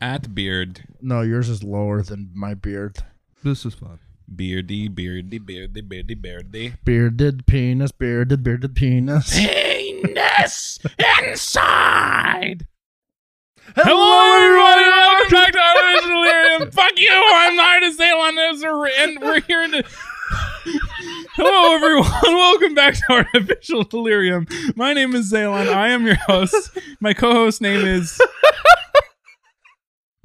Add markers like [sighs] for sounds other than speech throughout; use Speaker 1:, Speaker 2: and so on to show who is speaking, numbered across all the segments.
Speaker 1: At beard,
Speaker 2: No, yours is lower than my beard.
Speaker 3: This is fun.
Speaker 1: beardy, beardy, beardy, beardy, beardy.
Speaker 2: Bearded penis, bearded,
Speaker 1: [laughs]
Speaker 2: bearded penis.
Speaker 1: Penis inside. Hello, everybody. Welcome back to Artist Delirium. Fuck you. I'm the artist Elon Ezra, and we're here to. Hello, everyone. Welcome back to Artificial Delirium. My name is Zaylon. I am your host. My co-host name is.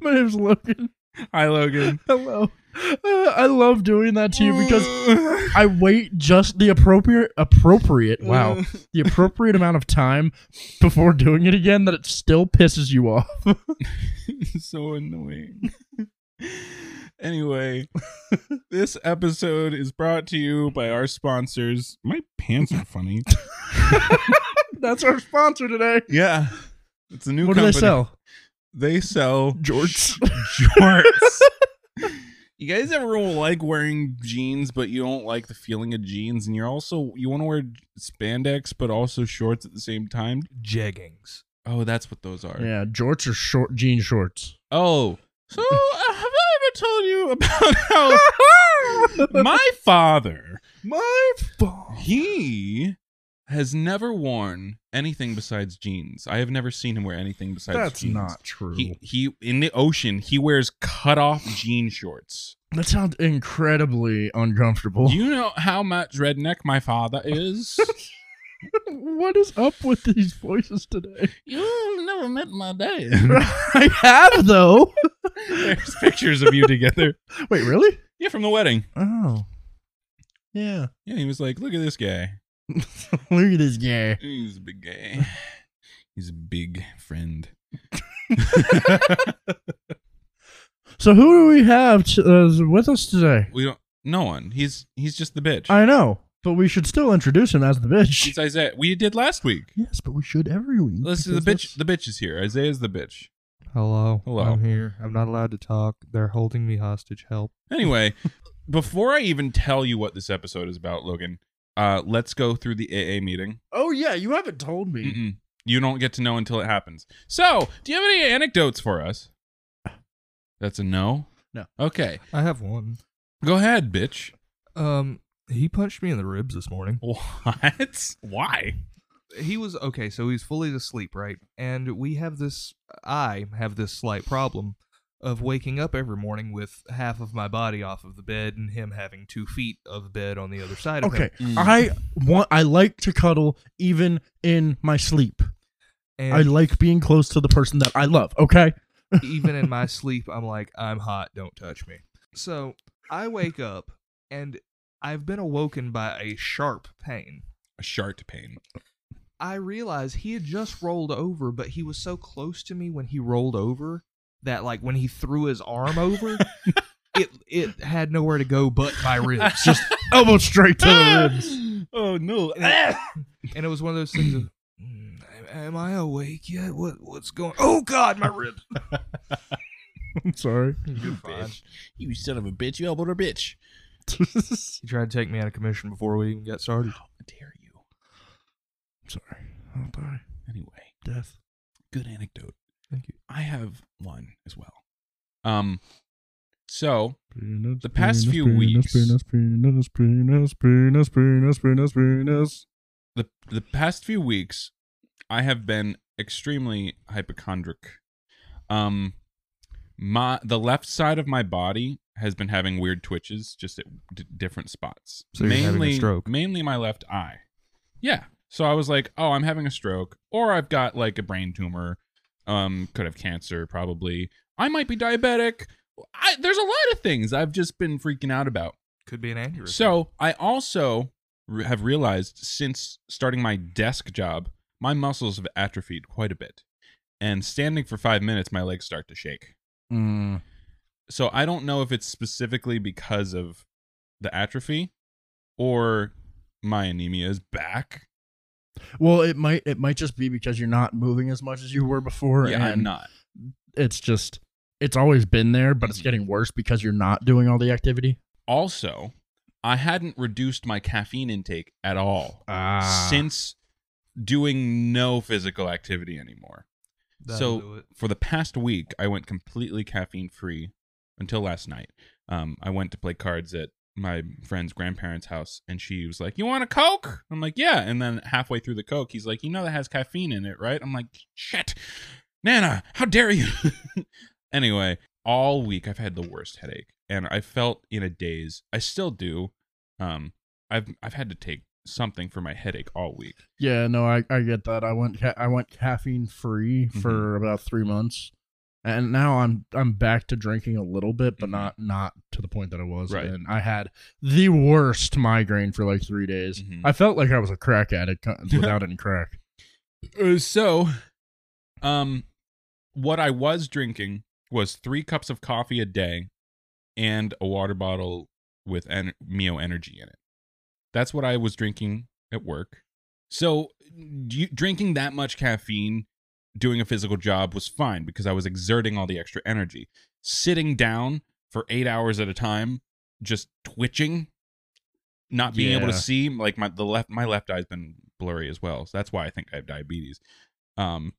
Speaker 2: my name's Logan.
Speaker 1: Hi, Logan.
Speaker 2: Hello. Uh, I love doing that to you because
Speaker 1: [laughs]
Speaker 2: I wait just the appropriate appropriate
Speaker 1: Mm.
Speaker 2: wow the appropriate amount of time before doing it again that it still pisses you off. [laughs]
Speaker 1: [laughs] so annoying. anyway, this episode is brought to you by our sponsors. My pants are funny.
Speaker 2: [laughs] That's our sponsor today.
Speaker 1: yeah. It's a new
Speaker 2: What do
Speaker 1: company.
Speaker 2: they sell?
Speaker 1: They
Speaker 2: [laughs]
Speaker 1: sell
Speaker 2: Jorts.
Speaker 1: jorts. you guys ever like wearing jeans but you don't like the feeling of jeans and you're also you want to wear spandex but also shorts at the same time?
Speaker 3: Jeggings.
Speaker 1: Oh, that's what those are.
Speaker 2: Yeah, jorts are short jean shorts.
Speaker 1: Oh. So, uh, have I ever told you
Speaker 2: [laughs]
Speaker 1: about how my father
Speaker 3: My phone.
Speaker 1: he has never worn anything besides jeans. I have never seen him wear anything besides
Speaker 2: That's
Speaker 1: jeans.
Speaker 2: not true.
Speaker 1: He he in the ocean, he wears cut off jean shorts.
Speaker 2: that sounds incredibly uncomfortable.
Speaker 1: Do you know how much redneck my father
Speaker 2: [laughs]
Speaker 1: is?
Speaker 2: what is up with these voices today?
Speaker 1: you never met my dad.
Speaker 2: [laughs] I have though.
Speaker 1: There's pictures of you together.
Speaker 2: [laughs] Wait, really?
Speaker 1: Yeah, from the wedding.
Speaker 2: Oh. Yeah. [laughs]
Speaker 1: Yeah, he was like, "Look at this guy.
Speaker 2: Look at this guy.
Speaker 1: He's a big
Speaker 2: [sighs]
Speaker 1: guy. He's a big friend."
Speaker 2: So who do we have t- uh, with us today?
Speaker 1: We don't. No one. He's he's just the bitch.
Speaker 2: I know, but we should still introduce him as the bitch.
Speaker 1: It's Isaiah. We did last week.
Speaker 2: Yes, but we should every week.
Speaker 1: Let's the
Speaker 2: because
Speaker 1: bitch. The bitch is here. Isaiah's the bitch.
Speaker 3: Hello.
Speaker 1: Hello.
Speaker 3: I'm here. I'm not allowed to talk. They're holding me hostage. Help.
Speaker 1: [laughs] Anyway, before I even tell you what this episode is about, Logan, uh, let's go through the AA meeting.
Speaker 2: that's- Oh yeah, you haven't told me.
Speaker 1: Mm-mm. You don't get to know until it happens. So, do you have any anecdotes for us? That's a no.
Speaker 2: No.
Speaker 1: Okay.
Speaker 3: I have one.
Speaker 1: Go ahead, bitch.
Speaker 3: Um, he punched me in the ribs this morning.
Speaker 1: What? Why?
Speaker 3: He was okay, so he's fully asleep, right? And we have this. I have this slight problem of waking up every morning with half of my body off of the bed and him having two feet of bed on the other side of him.
Speaker 2: Okay,
Speaker 1: Mm.
Speaker 2: I want. I like to cuddle even in my sleep.
Speaker 3: And
Speaker 2: I like being close to the person that I love. Okay.
Speaker 3: [laughs] even in my sleep, I'm like, I'm hot, don't touch me. So I wake up and I've been awoken by a sharp pain.
Speaker 1: A shark pain.
Speaker 3: I realize he had just rolled over, but he was so close to me when he rolled over that like when he threw his arm over, it it had nowhere to go but
Speaker 2: [laughs]
Speaker 3: my
Speaker 1: [laughs]
Speaker 3: ribs.
Speaker 2: Just elbow straight to the ribs.
Speaker 1: [gasps] oh [laughs] no.
Speaker 3: And it was one of those things of "Mm, Am I awake yet? What what's going Oh god, my ribs.
Speaker 2: I'm
Speaker 1: [laughs]
Speaker 2: sorry. [laughs]
Speaker 3: You're [laughs] fine.
Speaker 1: bitch. You son of a bitch. You elbowed her bitch.
Speaker 3: He tried to take me out of commission before we even got started.
Speaker 1: How dare you?
Speaker 2: I'm sorry. I'll die.
Speaker 1: Anyway.
Speaker 2: Death.
Speaker 1: good anecdote.
Speaker 3: Thank you.
Speaker 1: I have one as well. Um, so
Speaker 2: Penis,
Speaker 1: The past few weeks-
Speaker 2: penis, penis, penis, penis, penis, penis.
Speaker 1: the the past few weeks, I have been extremely hypochondric. Um, my the left side of my body has been having weird twitches, just at d- different spots.
Speaker 3: So you're having a stroke.
Speaker 1: Mainly my left eye. Yeah. So I was like, oh, I'm having a stroke, or I've got like a brain tumor. Um, could have cancer probably. I might be diabetic. I, there's a lot of things I've just been freaking out about.
Speaker 3: Could be an aneurysm.
Speaker 1: So I also re- have realized since starting my desk job, my muscles have atrophied quite a bit, and standing for five minutes, my legs start to shake.
Speaker 2: Mm.
Speaker 1: So I don't know if it's specifically because of the atrophy, or my anemia is back.
Speaker 2: Well, it might it might just be because you're not moving as much as you were before.
Speaker 1: Yeah, I'm
Speaker 2: and
Speaker 1: not.
Speaker 2: It's just it's always been there, but it's getting worse because you're not doing all the activity.
Speaker 1: Also, I hadn't reduced my caffeine intake at all
Speaker 2: Ah,
Speaker 1: since doing no physical activity anymore.
Speaker 3: That'll
Speaker 1: So-
Speaker 3: do it.
Speaker 1: for the past week, I went completely caffeine free until last night. Um, I went to play cards at my friend's grandparents' house, and she was like, "You want a Coke?" I'm like, "Yeah." And then halfway through the Coke, he's like, "You know that has caffeine in it, right?" I'm like, "Shit, Nana, how dare you!" [laughs] anyway, all week I've had the worst headache, and I felt in a daze. I still do. Um, I've I've had to take something for my headache all week.
Speaker 2: Yeah, no, I, I get that. I went ca- I went caffeine free
Speaker 1: Mm-hmm.
Speaker 2: for about three months, and now I'm I'm back to drinking a little bit, but
Speaker 1: Mhm.
Speaker 2: not not to the point that I was.
Speaker 1: Right.
Speaker 2: And I had the worst migraine for like three days.
Speaker 1: Mhm.
Speaker 2: I felt like I was a crack
Speaker 1: [laughs]
Speaker 2: addict uh, without any crack.
Speaker 1: Uh, so, um, what I was drinking was three cups of coffee a day and a water bottle with en- Mio Energy in it. That's what I was drinking at work. So, do you, drinking that much caffeine, doing a physical job was fine because I was exerting all the extra energy. Sitting down for eight hours at a time, just twitching, not being able to
Speaker 2: Yeah.
Speaker 1: see, like my the left my left eye's been blurry as well. So that's why I think I have diabetes. Um,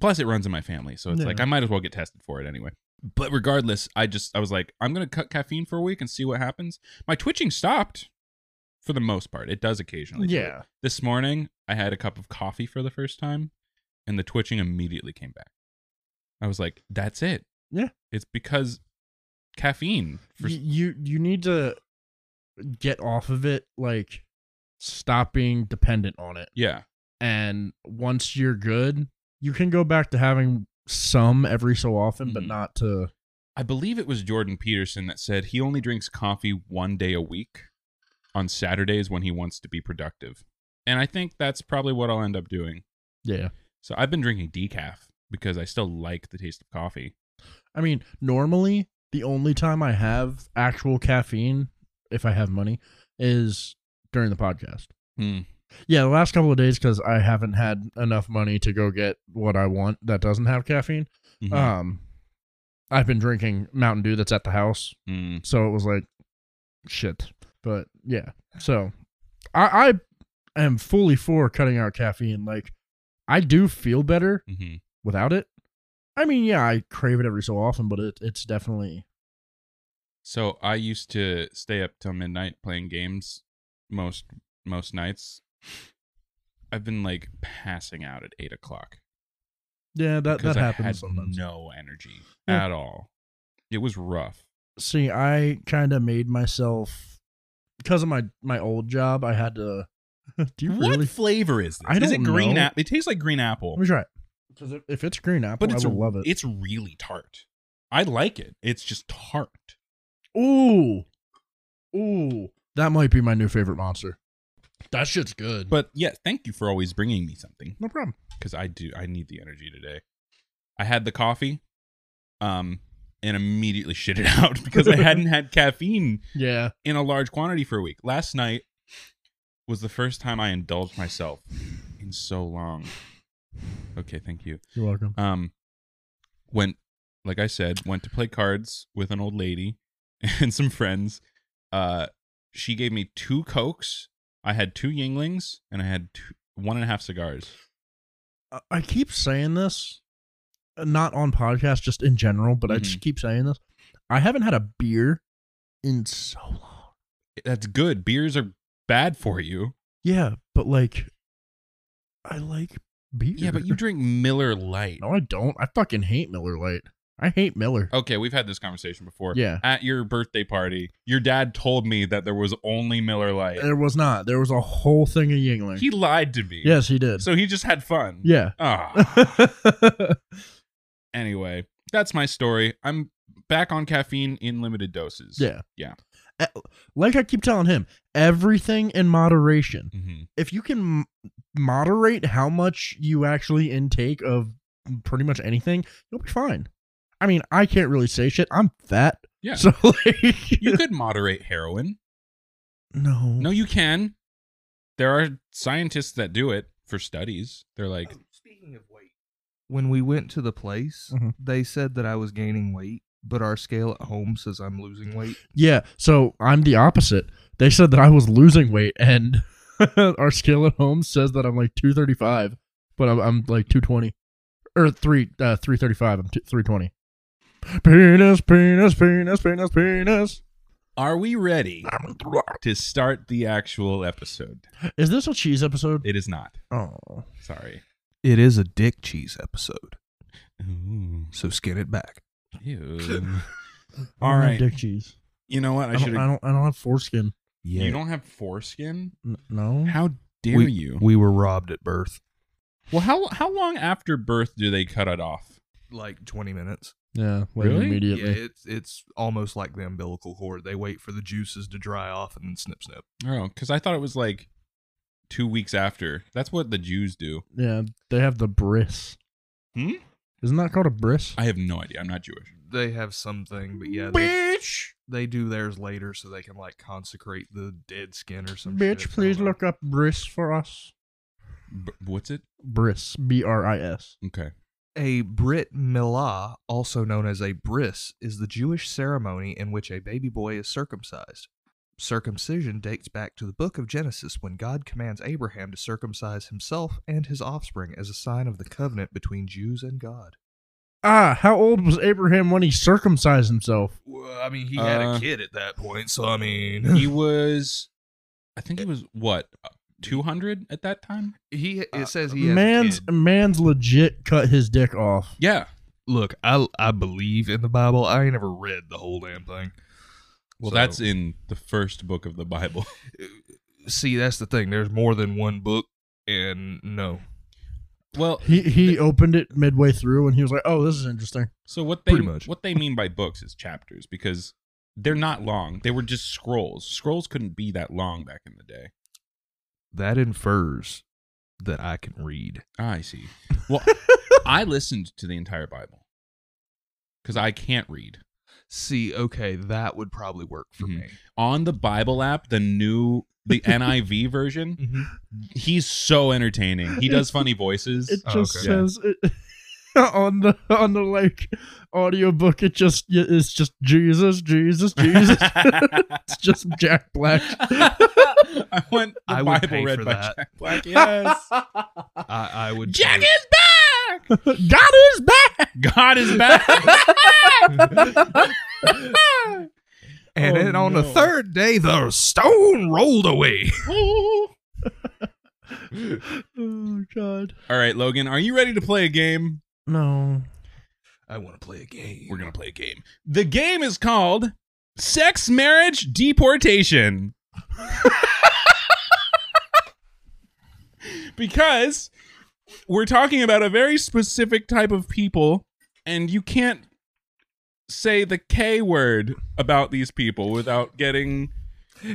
Speaker 1: plus it runs in my family, so it's
Speaker 2: Yeah.
Speaker 1: like I might as well get tested for it anyway. But regardless, I just I was like, I'm gonna cut caffeine for a week and see what happens. My twitching stopped for the most part. It does occasionally. do it.
Speaker 2: Yeah,
Speaker 1: This morning I had a cup of coffee for the first time, and the twitching immediately came back. I was like, that's it.
Speaker 2: Yeah.
Speaker 1: It's because caffeine. For,
Speaker 2: Y- you you need to get off of it. Like, stop being dependent on it.
Speaker 1: yeah.
Speaker 2: and once you're good, you can go back to having some every so often, but
Speaker 1: Mhm.
Speaker 2: not to.
Speaker 1: I believe it was Jordan Peterson that said he only drinks coffee one day a week on Saturdays when he wants to be productive. And I think that's probably what I'll end up doing.
Speaker 2: Yeah,
Speaker 1: So I've been drinking decaf because I still like the taste of coffee.
Speaker 2: I mean, normally the only time I have actual caffeine, if I have money, is during the podcast. Yeah, the last couple of days because I haven't had enough money to go get what I want that doesn't have caffeine.
Speaker 1: Mhm.
Speaker 2: Um, I've been drinking Mountain Dew that's at the house,
Speaker 1: Mm.
Speaker 2: so it was like shit but yeah so i i am fully for cutting out caffeine like i do feel better
Speaker 1: Mhm.
Speaker 2: without it i mean yeah i crave it every so often but it, it's definitely
Speaker 1: So I used to stay up till midnight playing games most most nights. I've been like passing out at eight o'clock
Speaker 2: yeah that
Speaker 1: because
Speaker 2: that
Speaker 1: I had
Speaker 2: happens sometimes
Speaker 1: no energy
Speaker 2: Yeah.
Speaker 1: at all. It was rough.
Speaker 2: see i kind of made myself because of my my old job i had to [laughs] do you
Speaker 1: What
Speaker 2: really
Speaker 1: flavor is this?
Speaker 2: I
Speaker 1: is
Speaker 2: don't
Speaker 1: it green
Speaker 2: know.
Speaker 1: apple? It tastes like green
Speaker 2: let
Speaker 1: apple,
Speaker 2: me try it because if, if it's green apple
Speaker 1: but it's
Speaker 2: i will
Speaker 1: a-
Speaker 2: love it
Speaker 1: It's really tart. I like it. It's just tart.
Speaker 2: Ooh. Ooh. That might be my new favorite monster. That shit's good.
Speaker 1: But yeah, thank you for always bringing me something
Speaker 2: no problem.
Speaker 1: because I do. I need the energy today. I had the coffee, um, and immediately [laughs] shit it out because I hadn't had caffeine
Speaker 2: Yeah.
Speaker 1: in a large quantity for a week. Last night was the first time I indulged myself in so long. Okay, thank you.
Speaker 2: You're welcome.
Speaker 1: um went like i said went to play cards with an old lady [laughs] and some friends uh she gave me two cokes i had two yinglings and i had two, one and a half cigars
Speaker 2: I, I keep saying this, uh, not on podcast, just in general, but I
Speaker 1: Mm-hmm.
Speaker 2: just keep saying this. I haven't had a beer in so long.
Speaker 1: that's good beers are bad for you
Speaker 2: Yeah, but like, I like beer.
Speaker 1: yeah but you drink miller light
Speaker 2: [laughs] No, I don't. I fucking hate Miller Lite. I hate Miller.
Speaker 1: okay we've had this conversation before
Speaker 2: Yeah.
Speaker 1: at your birthday party your dad told me that there was only miller light
Speaker 2: There was not. There was a whole thing of Yingling.
Speaker 1: he lied to me
Speaker 2: yes, he did.
Speaker 1: so he just had fun [laughs]
Speaker 2: yeah.
Speaker 1: Ah. anyway, that's my story. I'm back on caffeine in limited doses.
Speaker 2: [laughs] Yeah.
Speaker 1: Yeah.
Speaker 2: E- Like I keep telling him, everything in moderation.
Speaker 1: hmm
Speaker 2: If you can m- moderate how much you actually intake of pretty much anything, you'll be fine. I mean, I can't really say shit. I'm fat.
Speaker 1: Yeah.
Speaker 2: So [laughs] like
Speaker 1: You could moderate heroin.
Speaker 2: no.
Speaker 1: No, you can. There are scientists that do it for studies. They're like,
Speaker 3: Oh, speaking of weight, when we went to the place,
Speaker 2: Mhm.
Speaker 3: they said that I was gaining weight, but our scale at home says I'm losing weight.
Speaker 2: Yeah, so I'm the opposite. They said that I was losing weight and [laughs] our scale at home says that I'm like 235, but I'm, I'm like 220 or three uh, three thirty five. I'm t- three twenty. Penis, penis, penis, penis, penis.
Speaker 1: Are we ready to start the actual episode?
Speaker 2: Is this a cheese episode?
Speaker 1: It is not.
Speaker 2: Oh,
Speaker 1: Sorry.
Speaker 3: It is a dick cheese episode, so skin it back.
Speaker 1: Ew.
Speaker 2: I
Speaker 1: All
Speaker 2: don't have
Speaker 1: right.
Speaker 2: Dick cheese.
Speaker 1: You know what?
Speaker 2: I,
Speaker 1: I
Speaker 2: don't,
Speaker 1: should.
Speaker 2: I don't. I don't have foreskin.
Speaker 3: Yeah,
Speaker 1: You don't have foreskin.
Speaker 2: N- no.
Speaker 1: How dare
Speaker 3: we,
Speaker 1: you?
Speaker 3: We were robbed at birth.
Speaker 1: Well, how how long after birth do they cut it off?
Speaker 3: Like twenty minutes.
Speaker 2: Yeah. like
Speaker 1: Really?
Speaker 2: Immediately.
Speaker 3: Yeah, it's it's almost like the umbilical cord. They wait for the juices to dry off and then snip, snip.
Speaker 1: Oh, because I thought it was like two weeks after. That's what the Jews do.
Speaker 2: Yeah, they have the bris.
Speaker 1: Hmm?
Speaker 2: Isn't that called a bris?
Speaker 1: I have no idea. I'm not Jewish.
Speaker 3: They have something, but yeah, they,
Speaker 1: Bitch.
Speaker 3: they do theirs later so they can like consecrate the dead skin or some.
Speaker 2: Bitch,
Speaker 3: shit. I
Speaker 2: please
Speaker 3: don't know.
Speaker 2: look up bris for us.
Speaker 1: B- what's it?
Speaker 2: Bris, B R I S.
Speaker 1: Okay.
Speaker 3: A Brit Milah, also known as a bris, is the Jewish ceremony in which a baby boy is circumcised. Circumcision dates back to the book of Genesis when God commands Abraham to circumcise himself and his offspring as a sign of the covenant between Jews and God.
Speaker 2: Ah, how old was Abraham when he circumcised himself?
Speaker 3: Well, I mean, he
Speaker 1: had a Uh,
Speaker 3: kid at that point, so I mean,
Speaker 1: He was. I think he was what uh, two hundred at that time.
Speaker 3: he
Speaker 1: Uh,
Speaker 3: it says he had a
Speaker 2: Man's
Speaker 3: kid.
Speaker 2: man's legit cut his dick off.
Speaker 1: Yeah.
Speaker 3: Look, I I believe in the Bible. I ain't ever read the whole damn thing.
Speaker 1: Well,
Speaker 3: So-
Speaker 1: that's in the first book of the Bible. [laughs]
Speaker 3: See, that's the thing. There's more than one book, and no,
Speaker 1: Well,
Speaker 2: He he opened it midway through and he was like, "Oh, this is interesting."
Speaker 1: so what they
Speaker 3: Pretty much.
Speaker 1: what they mean by books is chapters because they're not long. They were just scrolls. Scrolls couldn't be that long back in the day.
Speaker 3: that infers that I can read.
Speaker 1: Ah, I see.
Speaker 3: [laughs]
Speaker 1: Well, I listened to the entire Bible because I can't read.
Speaker 3: See, okay, that would probably work for
Speaker 1: Mhm. On the Bible app, the new
Speaker 3: [laughs]
Speaker 1: the NIV version,
Speaker 3: me.
Speaker 2: Mm-hmm.
Speaker 1: he's so entertaining. He does funny voices.
Speaker 2: It
Speaker 3: Oh,
Speaker 2: just
Speaker 3: okay.
Speaker 2: says it, [laughs] on the on the like audiobook it just it's just Jesus, Jesus,
Speaker 1: [laughs]
Speaker 3: [laughs]
Speaker 2: Jesus. it's just Jack Black. [laughs]
Speaker 1: I want the
Speaker 3: I would
Speaker 1: Bible
Speaker 3: pay
Speaker 1: read
Speaker 3: for
Speaker 1: by
Speaker 3: that.
Speaker 1: Jack Black.
Speaker 3: [laughs]
Speaker 1: Yes.
Speaker 3: I, I
Speaker 1: [laughs]
Speaker 3: would.
Speaker 1: Jack
Speaker 3: do-
Speaker 1: is
Speaker 3: [laughs]
Speaker 1: back.
Speaker 2: God is back.
Speaker 1: God is back. [laughs]
Speaker 3: and
Speaker 2: Oh,
Speaker 3: then on the
Speaker 2: no.
Speaker 3: third day, the stone rolled away. [laughs]
Speaker 2: Oh God.
Speaker 1: All right, Logan, are you ready to play a game?
Speaker 2: No.
Speaker 3: I want to play a game.
Speaker 1: We're
Speaker 3: [laughs]
Speaker 1: going to play a game. The game is called Sex, Marriage, Deportation. [laughs] because we're talking about a very specific type of people, and you can't say the K word about these people without getting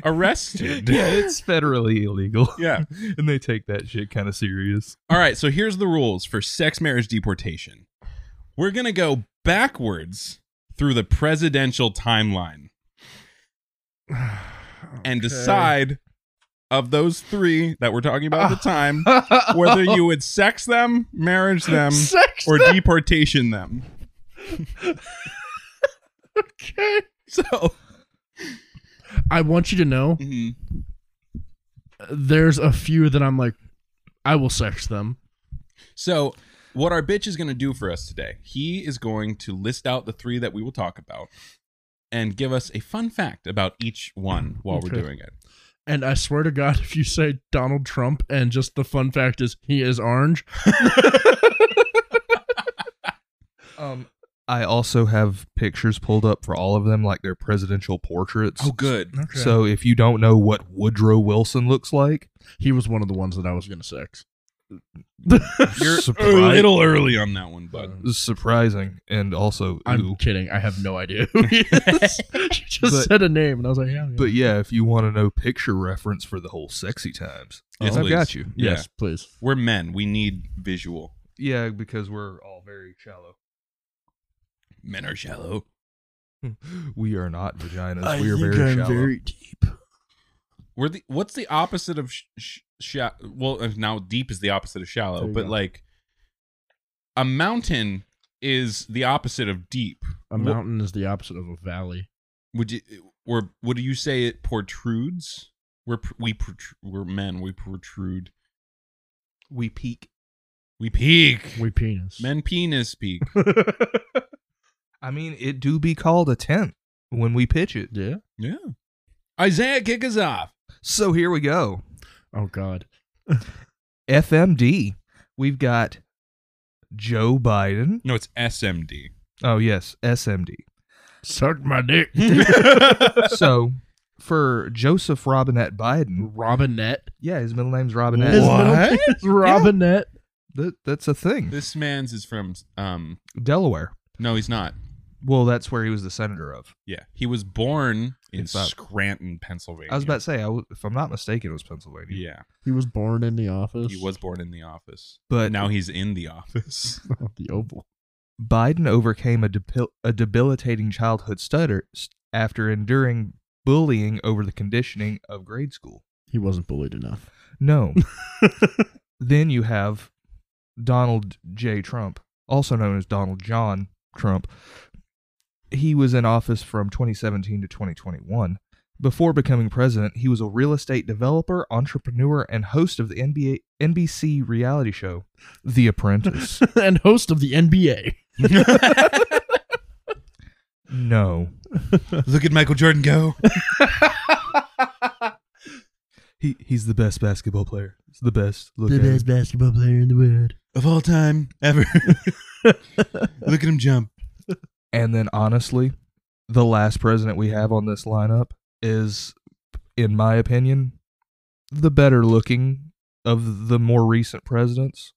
Speaker 1: arrested.
Speaker 3: [laughs] yeah, it's federally illegal, [laughs]
Speaker 1: yeah.
Speaker 3: and they take that shit kind of serious.
Speaker 1: All right, so here's the rules for sex marriage deportation. We're going to go backwards through the presidential timeline and decide of those 3 that we're talking about at the time whether you would sex them, marriage them,
Speaker 2: Sex
Speaker 1: or deportation them.
Speaker 2: okay.
Speaker 1: So,
Speaker 2: I want you to know
Speaker 1: mhm.
Speaker 2: there's a few that I'm like, I will sex them.
Speaker 1: so what our bitch is going to do for us today. He is going to list out the 3 that we will talk about and give us a fun fact about each one while
Speaker 2: Okay.
Speaker 1: we're doing it.
Speaker 2: And I swear to God, [laughs] if you say Donald Trump and just the fun fact is he is orange,
Speaker 3: Um, I also have pictures pulled up for all of them, like their presidential portraits.
Speaker 1: Oh good.
Speaker 2: okay.
Speaker 3: So if you don't know what Woodrow Wilson looks
Speaker 1: [laughs]
Speaker 3: like,
Speaker 2: he was one of the ones that I was gonna sex.
Speaker 1: You're a
Speaker 3: surpri- Uh,
Speaker 1: little early on that one, bud.
Speaker 3: surprising, and also
Speaker 2: I'm
Speaker 3: ooh.
Speaker 2: kidding. I have no idea who
Speaker 3: [laughs]
Speaker 2: he is. [laughs] she just
Speaker 3: But-
Speaker 2: said a name, and I was like, yeah. yeah.
Speaker 3: But yeah, if you want to know picture reference for the whole sexy times,
Speaker 1: Yes,
Speaker 3: Oh, I've
Speaker 1: please.
Speaker 3: got you.
Speaker 1: Yeah.
Speaker 2: yes, please.
Speaker 1: We're men. We need visual.
Speaker 3: Yeah, because we're all very shallow.
Speaker 1: Men are shallow.
Speaker 3: We are not vaginas. we are very shallow.
Speaker 2: deep.
Speaker 1: We're the what's the opposite of sh- sh- sha- well uh, now deep is the opposite of shallow,
Speaker 2: There you
Speaker 1: but
Speaker 2: go.
Speaker 1: like a mountain is the opposite of deep.
Speaker 2: A
Speaker 1: Wha-
Speaker 2: mountain is the opposite of a valley.
Speaker 1: Would you or would you say it protrudes? We're pr- we protr- we're men. We protrude.
Speaker 2: [laughs]
Speaker 3: We peak.
Speaker 1: We peak.
Speaker 2: We penis.
Speaker 1: Men penis peak.
Speaker 3: I mean, it do be called a tent when we pitch it.
Speaker 2: yeah.
Speaker 1: Yeah. Isaiah, kick us off.
Speaker 3: So here we go.
Speaker 2: Oh God.
Speaker 3: FMD. We've got Joe Biden.
Speaker 1: No, it's SMD.
Speaker 3: Oh yes,
Speaker 2: [laughs]
Speaker 3: SMD.
Speaker 2: Suck my
Speaker 3: [laughs]
Speaker 2: dick.
Speaker 3: so for Joseph Robinette Biden,
Speaker 2: Robinette.
Speaker 3: yeah, his middle name's
Speaker 2: His
Speaker 3: Robinette.
Speaker 2: middle name is Robinette.
Speaker 3: That, that's a thing.
Speaker 1: This man's is from um
Speaker 3: Delaware.
Speaker 1: no, he's not.
Speaker 3: Well, that's where he was the senator of.
Speaker 1: Yeah. He was born in
Speaker 3: It's not-
Speaker 1: Scranton, Pennsylvania.
Speaker 3: I was about to say, I w if I'm not mistaken, it was Pennsylvania.
Speaker 1: Yeah.
Speaker 2: He was born in the office.
Speaker 1: He was born in the office.
Speaker 3: But
Speaker 1: But now he's in the
Speaker 3: [laughs]
Speaker 1: office.
Speaker 2: [laughs] the Oval.
Speaker 3: Biden overcame a, debil- a debilitating childhood stutter s- after enduring bullying over the conditioning of grade school.
Speaker 2: He wasn't bullied enough.
Speaker 3: [laughs] No. then you have Donald J. Trump, also known as Donald John Trump. He was in office from 2017 to 2021. Before becoming president, he was a real estate developer, entrepreneur, and host of the NBA, NBC reality show, The [laughs] Apprentice.
Speaker 2: [laughs] and host of the NBA.
Speaker 3: no.
Speaker 1: Look at Michael Jordan go.
Speaker 3: He he's the best basketball player. He's the best. Look at him.
Speaker 2: basketball player in the world.
Speaker 1: Of all time
Speaker 3: [laughs]
Speaker 1: ever. Look at him jump.
Speaker 3: And then honestly, the last president we have on this lineup is, in my opinion, the better looking of the more recent presidents,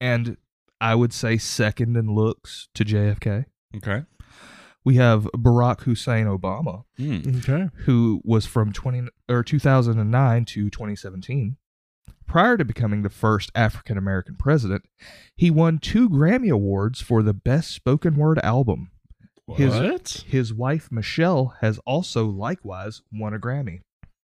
Speaker 3: and I would say second in looks to JFK.
Speaker 1: Okay.
Speaker 3: We have Barack Hussein Obama,
Speaker 1: Hmm.
Speaker 2: Okay.
Speaker 3: who was from 20 or 2009 to 2017. Prior to becoming the first African American president, he won two Grammy Awards for the Best Spoken Word Album. His-
Speaker 2: what?
Speaker 3: His wife Michelle has also likewise won a Grammy.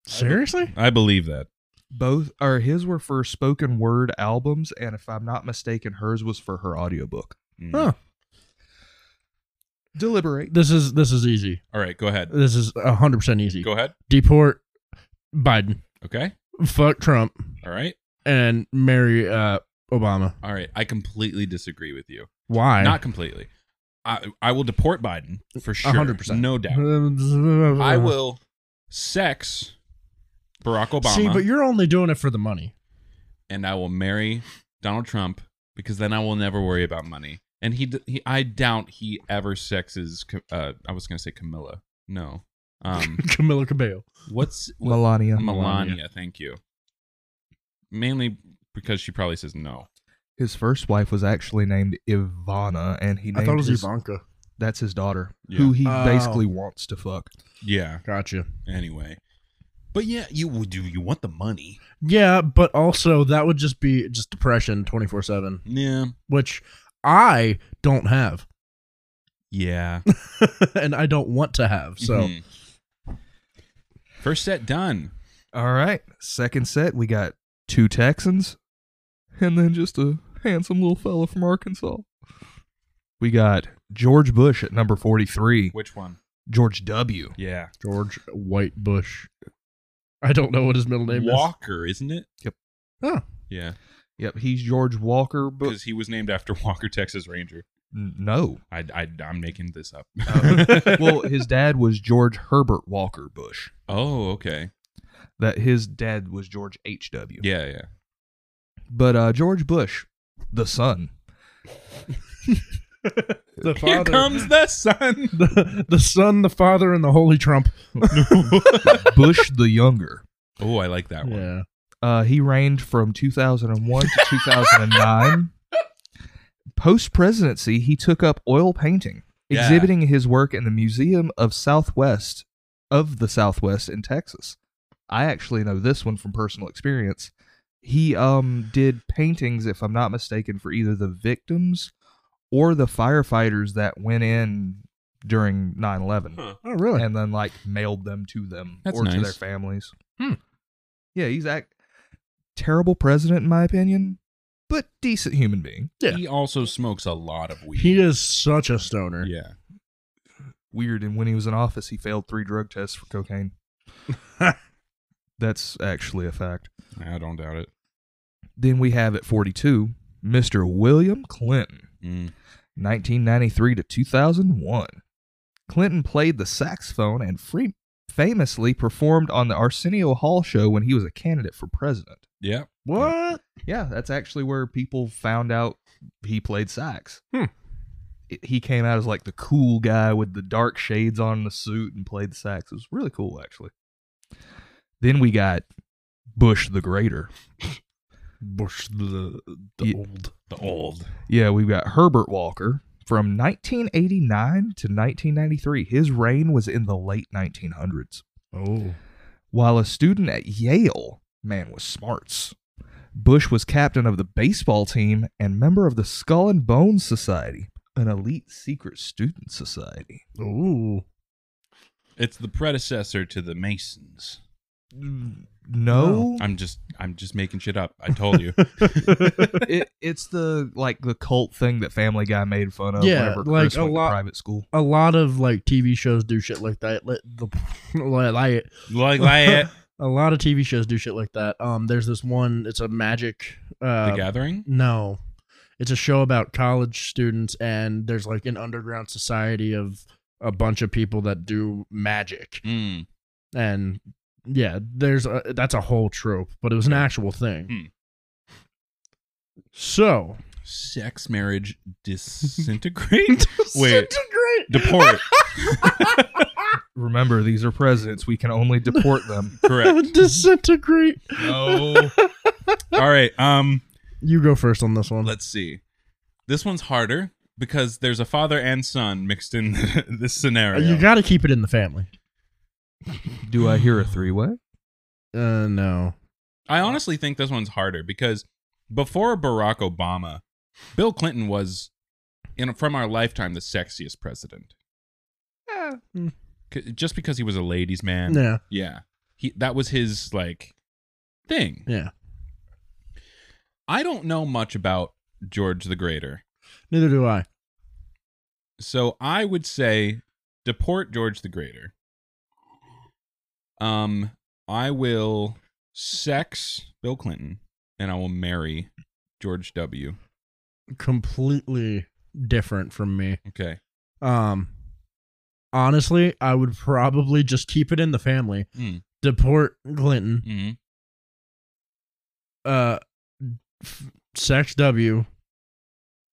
Speaker 2: Seriously?
Speaker 1: I believe that.
Speaker 3: Both or his were for spoken word albums, and if I'm not mistaken, hers was for her audiobook.
Speaker 1: Hmm.
Speaker 2: Huh.
Speaker 3: Deliberate.
Speaker 2: This is this is easy.
Speaker 1: All right, go ahead.
Speaker 2: This is hundred percent easy.
Speaker 1: Go ahead.
Speaker 2: Deport Biden.
Speaker 1: Okay.
Speaker 2: Fuck Trump
Speaker 1: All right.
Speaker 2: and marry uh, Obama.
Speaker 1: All right. I completely disagree with you.
Speaker 2: Why?
Speaker 1: Not completely. I I will deport Biden for sure.
Speaker 2: 100%.
Speaker 1: No
Speaker 2: [laughs]
Speaker 1: doubt. I will sex Barack Obama
Speaker 2: See, but you're only doing it for the money. [laughs]
Speaker 1: and I will marry Donald Trump because then I will never worry about money. And he, d- he I doubt he ever sexes. Ca- Uh, I was gonna say Camilla. No. [laughs] Um,
Speaker 2: Camilla Cabello.
Speaker 1: what's what-
Speaker 3: Melania.
Speaker 1: Melania? Thank you. Mainly because she probably says no.
Speaker 3: His first wife was actually named Ivana, and he named
Speaker 2: I thought it was
Speaker 3: his-
Speaker 2: Ivanka.
Speaker 3: That's his daughter,
Speaker 1: Yeah.
Speaker 3: who he
Speaker 2: Oh.
Speaker 3: basically wants to fuck.
Speaker 1: Yeah.
Speaker 2: Gotcha.
Speaker 1: Anyway. But yeah, you would do. You want the money?
Speaker 2: Yeah, but also that would just be just depression twenty four seven,
Speaker 1: Yeah.
Speaker 2: which I don't have, [laughs]
Speaker 1: Yeah. [laughs]
Speaker 2: and I don't want to have. So
Speaker 1: Mhm. first set done.
Speaker 3: All right. Second set, we got two Texans and then just a handsome little fella from Arkansas. We got George Bush at number 43,
Speaker 1: Which one?
Speaker 3: George W.
Speaker 1: Yeah.
Speaker 2: George White Bush. I don't know what his middle name
Speaker 1: Walker, isn't it?
Speaker 3: Yep.
Speaker 2: Huh.
Speaker 1: Yeah.
Speaker 3: Yep, he's George Walker, but
Speaker 1: Because he was named after [laughs] Walker, Texas Ranger.
Speaker 3: N- no.
Speaker 1: I, I, I'm making this up. [laughs]
Speaker 3: well, his dad was George Herbert Walker Bush.
Speaker 1: oh, okay.
Speaker 3: That his dad was George H.W.
Speaker 1: Yeah, yeah.
Speaker 3: But uh, George Bush, the son,
Speaker 2: is. The
Speaker 1: [laughs] Here comes the sun.
Speaker 2: [laughs] the, the son, the father, and the holy Trump.
Speaker 3: Bush the [laughs] younger,
Speaker 1: Oh, I like that one.
Speaker 2: Yeah.
Speaker 3: Uh, he reigned from 2001 to 2009. Post presidency, he took up oil painting,
Speaker 1: Yeah.
Speaker 3: exhibiting his work in the Museum of Southwest of the Southwest in Texas. I actually know this one from personal experience. He um did paintings, if I'm not mistaken, for either the victims or the firefighters that went in during 9/11
Speaker 1: Huh.
Speaker 2: Oh, [laughs] really?
Speaker 3: and then like mailed them to them
Speaker 1: That's
Speaker 3: or to their
Speaker 1: nice.
Speaker 3: families.
Speaker 2: Hmm.
Speaker 3: Yeah, he's a terrible president in my opinion, but decent human being.
Speaker 2: Yeah.
Speaker 1: He also smokes a lot of weed.
Speaker 2: he is such a stoner.
Speaker 1: yeah.
Speaker 3: Weird, and when he was in office, he failed three drug tests for cocaine.
Speaker 1: [laughs]
Speaker 3: That's actually a fact.
Speaker 1: I don't doubt it.
Speaker 3: Then we have at 42 Mr. William Clinton,
Speaker 1: Mm.
Speaker 3: 1993 to 2001. Clinton played the saxophone and free- famously performed on the Arsenio Hall show when he was a candidate for president.
Speaker 1: Yeah.
Speaker 2: What?
Speaker 3: Yeah, that's actually where people found out he played sax.
Speaker 1: Hmm.
Speaker 3: It- He came out as like the cool guy with the dark shades on the suit and played the sax. It was really cool, actually. Then we got Bush the Greater.
Speaker 2: Bush the, the
Speaker 3: Ye-
Speaker 2: old.
Speaker 1: The old.
Speaker 3: Yeah, we've got Herbert Walker from 1989 to 1993. His reign was in the late 1900s.
Speaker 2: Oh.
Speaker 3: While a student at Yale, man was smarts. Bush was captain of the baseball team and member of the Skull and Bones Society, an elite secret student society.
Speaker 2: Ooh.
Speaker 1: It's the predecessor to the Masons.
Speaker 3: No,
Speaker 1: I'm just I'm just making shit up. I told
Speaker 2: [laughs]
Speaker 1: you.
Speaker 3: it, it's the like the cult thing that Family Guy made fun of.
Speaker 2: Yeah,
Speaker 3: whenever
Speaker 2: like
Speaker 3: Chris
Speaker 2: a
Speaker 3: went to
Speaker 2: lot-
Speaker 3: private school.
Speaker 2: A lot of like TV shows do shit like that. Let the [laughs] like, like
Speaker 1: like like eh,
Speaker 2: a lot of TV shows do shit like that. Um, there's this one. It's a magic.
Speaker 1: The
Speaker 2: [laughs] Uh,
Speaker 1: Gathering?
Speaker 2: no, it's a show about college students, and there's like an underground society of a bunch of people that do magic,
Speaker 1: Mm.
Speaker 2: and yeah, there's a, that's a whole trope, but it was an actual thing.
Speaker 1: Hmm.
Speaker 2: So
Speaker 1: Sex marriage
Speaker 2: [laughs]
Speaker 1: disintegrate? Wait.
Speaker 2: Disintegrate.
Speaker 1: Deport.
Speaker 3: Remember, these are presidents. We can only deport
Speaker 2: [laughs]
Speaker 3: them.
Speaker 1: Correct.
Speaker 2: disintegrate.
Speaker 3: no,
Speaker 1: All right. Um
Speaker 2: You go first on this one.
Speaker 1: let's see. This one's harder because there's a father and son mixed in [laughs] this
Speaker 2: Uh,
Speaker 1: scenario.
Speaker 2: you got to keep it in the family.
Speaker 3: [laughs] do I hear a three-way?
Speaker 2: Uh, no.
Speaker 1: I honestly think this one's harder because before Barack Obama, Bill Clinton was, in from our lifetime, the sexiest president. C- Just because he was a ladies' man.
Speaker 2: Yeah.
Speaker 1: Yeah. He that was his like thing.
Speaker 2: Yeah.
Speaker 1: I don't know much about George the Greater.
Speaker 2: Neither do I.
Speaker 1: So I would say deport George the Greater. Um I will sex Bill Clinton and I will marry George W.
Speaker 2: Completely different from me.
Speaker 1: Okay.
Speaker 2: Um, honestly, I would probably just keep it in the family.
Speaker 1: Mm.
Speaker 2: Deport Clinton.
Speaker 1: hmm
Speaker 2: Uh, f- sex W,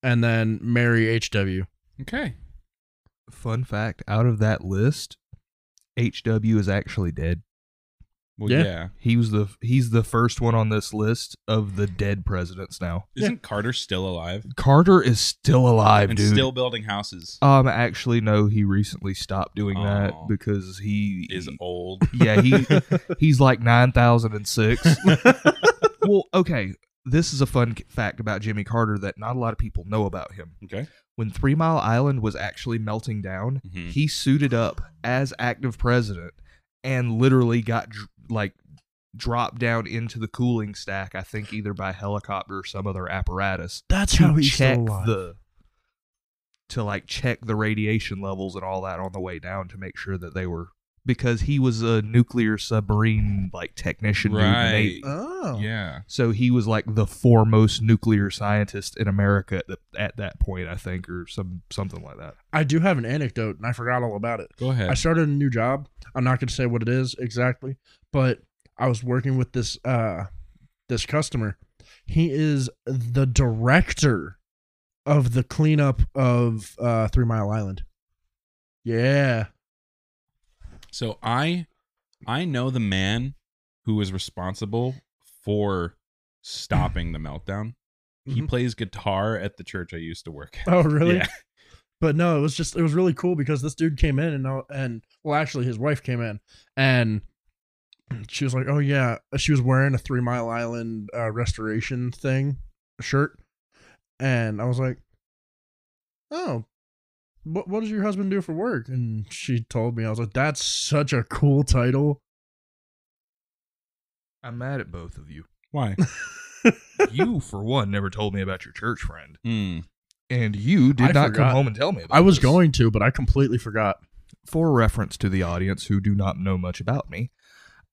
Speaker 2: and then marry [laughs] HW.
Speaker 1: Okay.
Speaker 3: Fun fact: out of that list, HW is actually dead.
Speaker 1: Well yeah.
Speaker 2: Yeah.
Speaker 3: He was the he's the first one on this list of the dead presidents now.
Speaker 1: Isn't Carter still alive?
Speaker 3: Carter is still alive,
Speaker 1: and
Speaker 3: dude.
Speaker 1: still building houses.
Speaker 3: um actually no, he recently stopped doing that
Speaker 1: Aw.
Speaker 3: because he
Speaker 1: is
Speaker 3: he-
Speaker 1: old.
Speaker 3: yeah,
Speaker 1: [laughs]
Speaker 3: he he's like 9006. well, okay. This is a fun fact about Jimmy Carter that not a lot of people know about him.
Speaker 1: Okay.
Speaker 3: When 3 Mile Island was actually melting down,
Speaker 1: Mhm.
Speaker 3: he suited up as active president and literally got dr- like dropped down into the cooling stack i think either by helicopter or some other apparatus
Speaker 2: That's
Speaker 3: to
Speaker 2: how Oh, he's
Speaker 3: check
Speaker 2: still alive.
Speaker 3: the to like check the radiation levels and all that on the way down to make sure that they were because he was a nuclear submarine like technician dude in the Navy.
Speaker 1: Right.
Speaker 2: oh,
Speaker 1: Yeah.
Speaker 3: so he was like the foremost nuclear scientist in america at, the- at that point i think or some something like that
Speaker 2: I do have an anecdote, and I forgot all about it.
Speaker 1: Go ahead.
Speaker 2: I started a new job. I'm not going to say what it is exactly, but I was working with this uh this customer. He is the director of the cleanup of uh 3 Mile Island. Yeah. [laughs]
Speaker 1: So I I know the man who was responsible for stopping the meltdown. He
Speaker 2: Mhm.
Speaker 1: plays guitar at the church I used to work at.
Speaker 2: Oh, really?
Speaker 1: Yeah.
Speaker 2: But no, it was just it was really cool because this dude came in and all- and well actually his wife came in and she was like, "Oh yeah, she was wearing a 3 Mile Island uh, restoration thing shirt." And I was like, "Oh, what what does your husband do for work?" And she told me. I was like, "That's such a cool title."
Speaker 3: i'm mad at both of you
Speaker 1: [laughs] Why?
Speaker 3: you, for one, never told me about your church friend,
Speaker 1: Hmm.
Speaker 3: and you did
Speaker 2: I
Speaker 3: not come
Speaker 2: forgot.
Speaker 3: home and tell me. About
Speaker 2: I was
Speaker 3: this.
Speaker 2: going to, but I completely forgot.
Speaker 3: for reference to the audience who do not know much about me.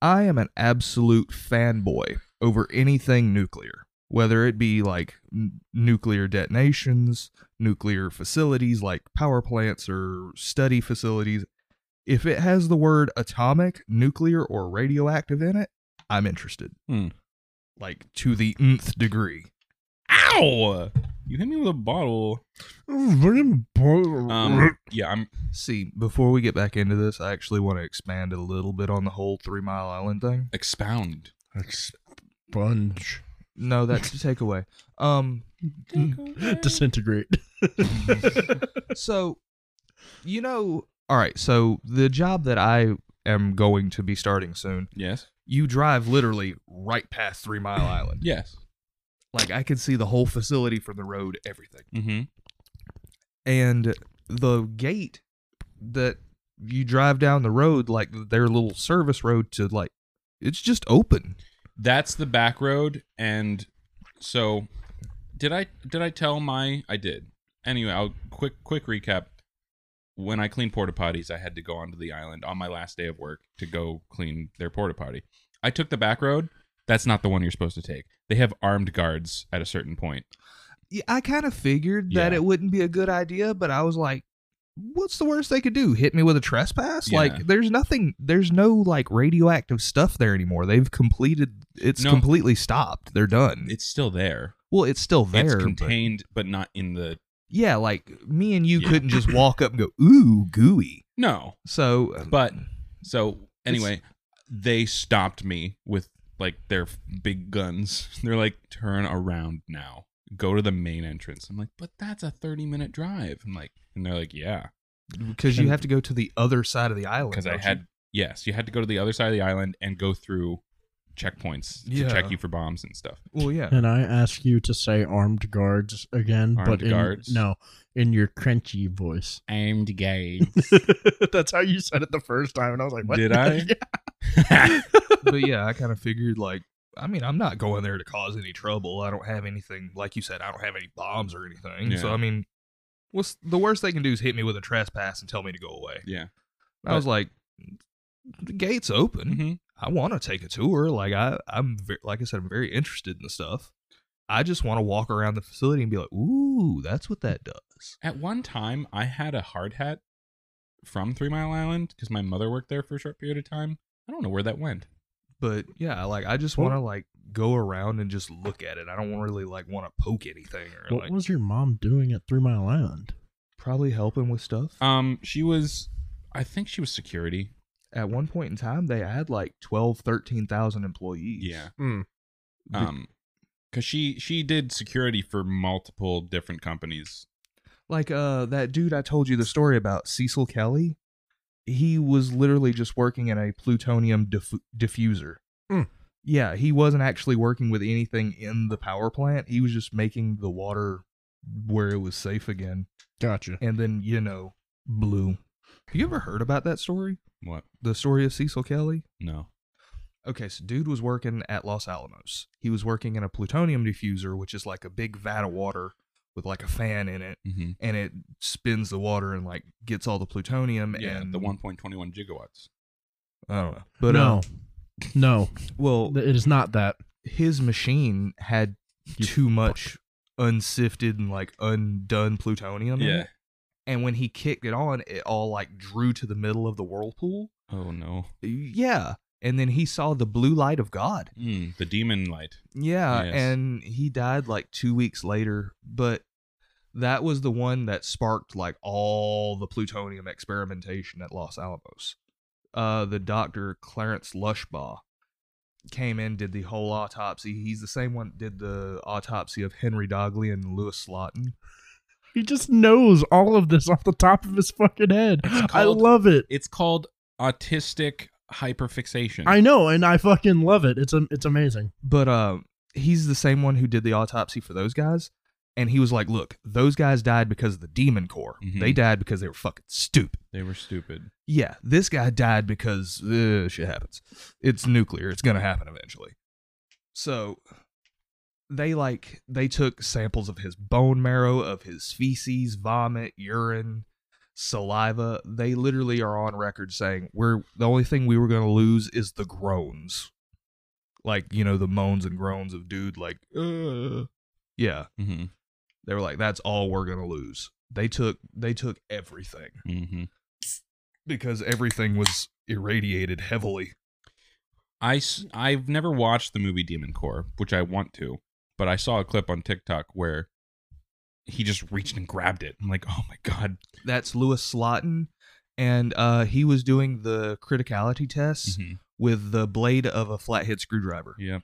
Speaker 3: I am an absolute fanboy over anything nuclear. whether it be like n- nuclear detonations, nuclear facilities like power plants or study facilities. If it has the word atomic, nuclear, or radioactive in it, I'm interested.
Speaker 1: Hmm.
Speaker 3: Like to the nth degree.
Speaker 1: Ow! You hit me with a bottle. [laughs] Um, yeah, I'm.
Speaker 3: See, before we get back into this, I actually want to expand a little bit on the whole Three Mile Island thing.
Speaker 1: [laughs] Expound.
Speaker 2: Expunge.
Speaker 3: No, that's the takeaway. Um,
Speaker 2: [laughs] Disintegrate. [laughs]
Speaker 3: so you know, all right. So the job that I am going to be starting soon,
Speaker 1: Yes.
Speaker 3: you drive literally right past Three Mile Island.
Speaker 1: Yes.
Speaker 3: Like I could see the whole facility from the road, everything,
Speaker 1: Mm-hmm.
Speaker 3: and the gate that you drive down the road, like their little service road to like, it's just open.
Speaker 1: That's the back road, and so did I. Did I tell my? I did. Anyway, I'll quick quick recap. When I cleaned porta potties, I had to go onto the island on my last day of work to go clean their porta potty. I took the back road. That's not the one you're supposed to take. They have armed guards at a certain point.
Speaker 3: Yeah, I kind of figured that
Speaker 1: Yeah.
Speaker 3: it wouldn't be a good idea, but I was like, what's the worst they could do? Hit me with a trespass?
Speaker 1: Yeah.
Speaker 3: Like, there's nothing, there's no like radioactive stuff there anymore. They've completed, it's
Speaker 1: No.
Speaker 3: completely stopped. They're done.
Speaker 1: It's still there.
Speaker 3: well, it's still there.
Speaker 1: it's
Speaker 3: but-
Speaker 1: contained, but not in the.
Speaker 3: yeah, like me and you
Speaker 1: Yeah. [laughs]
Speaker 3: couldn't just walk up and go, ooh, gooey.
Speaker 1: No,
Speaker 3: So, um,
Speaker 1: But so anyway, they stopped me with like their f- big guns. [laughs] They're like, "Turn around now. Go to the main entrance." I'm like, "But that's a 30 minute drive." I'm like, and they're like, "Yeah,
Speaker 3: because you have to go to the other side of the island.
Speaker 1: because I
Speaker 3: don't you?
Speaker 1: had yes, you had to go to the other side of the island and go through checkpoints
Speaker 3: Yeah.
Speaker 1: to check you for bombs and stuff."
Speaker 3: Well, yeah.
Speaker 2: Can I ask you to say armed guards again?
Speaker 1: Armed
Speaker 2: but in,
Speaker 1: guards?
Speaker 2: No, in your crunchy voice. [laughs]
Speaker 1: Aimed gay.
Speaker 2: That's how you said it the first time, and I was like,
Speaker 1: Did
Speaker 3: [laughs]
Speaker 1: I? [laughs]
Speaker 3: but yeah, I kind of figured like, I mean, I'm not going there to cause any trouble. I don't have anything, like you said, I don't have any bombs or anything. So
Speaker 1: Yeah.
Speaker 3: I mean, what's the worst they can do is hit me with a trespass and tell me to go away.
Speaker 1: yeah.
Speaker 3: I was like, the gate's open.
Speaker 1: hmm
Speaker 3: I want to take a tour. Like I, I'm ve- like I said, I'm very interested in the stuff. I just want to walk around the facility and be like, ooh, that's what that does.
Speaker 1: At one time, I had a hard hat from Three Mile Island because my mother worked there for a short period of time. I don't know where that went.
Speaker 3: But yeah, like I just want to like go around and just look at it. I don't really like want to poke anything or
Speaker 2: What
Speaker 3: like
Speaker 2: was your mom doing at Three Mile Island?
Speaker 3: probably helping with stuff.
Speaker 1: Um, she was, I think she was security.
Speaker 3: at one point in time they had like 12 13,000 employees.
Speaker 1: Yeah.
Speaker 2: Hmm.
Speaker 3: Be-
Speaker 1: Um, cause she she did security for multiple different companies.
Speaker 3: Like uh that dude I told you the story about Cecil Kelly, he was literally just working in a plutonium diff- diffuser.
Speaker 2: Hmm.
Speaker 3: Yeah, he wasn't actually working with anything in the power plant. He was just making the water where it was safe again.
Speaker 2: Gotcha.
Speaker 3: And then, you know, blue. Have you ever heard about that story?
Speaker 1: What?
Speaker 3: The story of Cecil Kelly?
Speaker 1: No.
Speaker 3: Okay, so dude was working at Los Alamos. He was working in a plutonium diffuser, which is like a big vat of water with like a fan in it,
Speaker 1: Mm-hmm.
Speaker 3: and it spins the water and like gets all the plutonium
Speaker 1: Yeah,
Speaker 3: and
Speaker 1: the 1.21 gigawatts.
Speaker 3: I don't know, but
Speaker 2: no,
Speaker 1: um,
Speaker 3: uh,
Speaker 2: no,
Speaker 3: well,
Speaker 2: th- it is not that.
Speaker 3: his machine had
Speaker 2: You
Speaker 3: too much unsifted and like undone plutonium. in
Speaker 1: Yeah.
Speaker 3: it, and when he kicked it on, it all like drew to the middle of the whirlpool.
Speaker 1: Oh no.
Speaker 3: Yeah, and then he saw the blue light of God.
Speaker 1: Mm, the demon light.
Speaker 3: Yeah,
Speaker 1: Yes.
Speaker 3: and he died like two weeks later, but that was the one that sparked like all the plutonium experimentation at Los Alamos. Uh, the doctor Clarence Lushbaugh came in, did the whole autopsy. He's the same one that did the autopsy of Henry Dogley and Lewis Slotin.
Speaker 2: He just knows all of this off the top of his fucking head.
Speaker 1: It's
Speaker 2: I
Speaker 1: called-
Speaker 2: love it.
Speaker 1: It's called autistic hyperfixation.
Speaker 2: I know, and I fucking love it. It's um, it's amazing.
Speaker 3: But uh, he's the same one who did the autopsy for those guys. And he was like, "Look, those guys died because of the Demon Core.
Speaker 1: Mhm.
Speaker 3: They died because they were fucking stupid."
Speaker 1: They were stupid.
Speaker 3: yeah, this guy died because uh, shit happens. It's nuclear. It's gonna happen eventually. So they like they took samples of his bone marrow, of his feces, vomit, urine, saliva. They literally are on record saying we're the only thing we were gonna lose is the groans. like you know the moans and groans of dude like uh yeah
Speaker 1: Mm-hmm.
Speaker 3: they were like that's all we're gonna lose they took they took everything
Speaker 1: Mm-hmm.
Speaker 3: because everything was irradiated heavily
Speaker 1: I s- I've never watched the movie Demon Core, which I want to, but I saw a clip on TikTok where he just reached and grabbed it. I'm like, oh my god.
Speaker 3: that's lewis slotin and uh he was doing the criticality tests
Speaker 1: Mm-hmm.
Speaker 3: with the blade of a flathead screwdriver
Speaker 1: Yeah.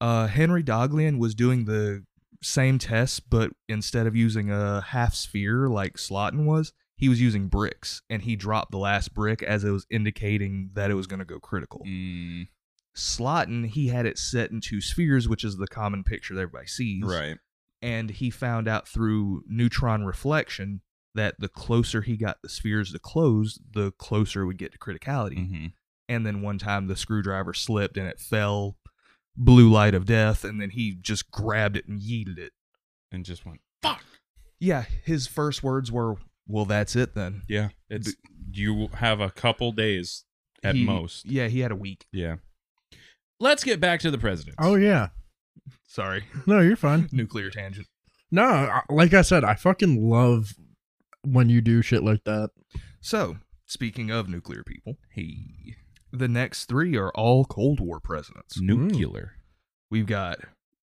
Speaker 3: uh henry doglian was doing the same test but instead of using a half sphere like slotin was he was using bricks and he dropped the last brick as it was indicating that it was going to go critical
Speaker 1: Mm,
Speaker 3: Slotin, he had it set in two spheres, which is the common picture that everybody sees.
Speaker 1: right.
Speaker 3: And he found out through neutron reflection that the closer he got the spheres to close, the closer it would get to criticality.
Speaker 1: Mm-hmm.
Speaker 3: And then one time the screwdriver slipped and it fell, blue light of death, and then he just grabbed it and yeeted it.
Speaker 1: And just went.
Speaker 3: Yeah, his first words were, Well, that's it then.
Speaker 1: Yeah. It's you have a couple days at
Speaker 3: He-
Speaker 1: most.
Speaker 3: Yeah, he had a week.
Speaker 1: Yeah. Let's get back to the president.
Speaker 2: Oh yeah.
Speaker 3: Sorry. [laughs]
Speaker 2: No, you're fine.
Speaker 3: Nuclear tangent.
Speaker 2: No, I- like I said, I fucking love when you do shit like that. [laughs]
Speaker 3: So, speaking of nuclear people, hey, the next three are all Cold War presidents.
Speaker 1: Nuclear.
Speaker 3: We've got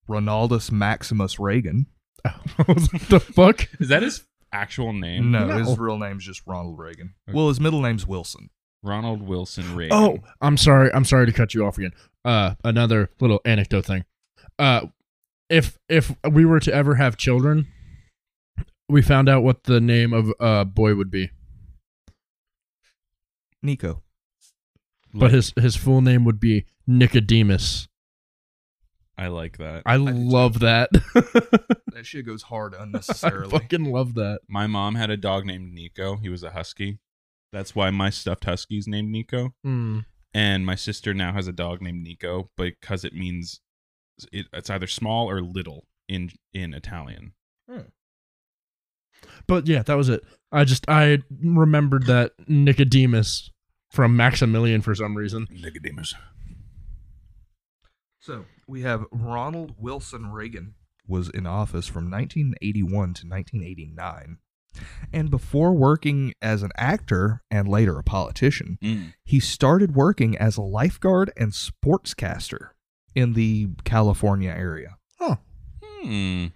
Speaker 3: Ronaldus Maximus Reagan.
Speaker 2: what the fuck?
Speaker 1: Is that his actual name?
Speaker 3: No,
Speaker 2: Mm. No.
Speaker 3: his real name's just Ronald Reagan.
Speaker 1: Okay.
Speaker 3: Well, his middle name's Wilson.
Speaker 1: Ronald Wilson Reagan.
Speaker 2: Oh, I'm sorry. I'm sorry to cut you off again. Uh, another little anecdote thing. Uh, if if we were to ever have children, we found out what the name of a uh, boy would be,
Speaker 3: Nico.
Speaker 2: but his his full name would be Nicodemus.
Speaker 1: I like that.
Speaker 2: I
Speaker 3: do too.
Speaker 2: love that. [laughs]
Speaker 3: That shit goes [laughs] hard
Speaker 2: I
Speaker 3: unnecessarily.
Speaker 2: fucking love that.
Speaker 1: My mom had a dog named Nico. He was a husky. That's why my stuffed husky's named Nico.
Speaker 2: Hmm.
Speaker 1: and my sister now has a dog named Nico because it means it, it's either small or little in in Italian.
Speaker 2: But yeah, that was it. I just I remembered that Nicodemus from Maximilian for some [laughs] reason.
Speaker 1: Nicodemus.
Speaker 3: so, we have Ronald Wilson Reagan was in office from 1981 to 1989. And before working as an actor and later a politician,
Speaker 1: Mm.
Speaker 3: he started working as a lifeguard and sportscaster in the California area
Speaker 1: Hmm.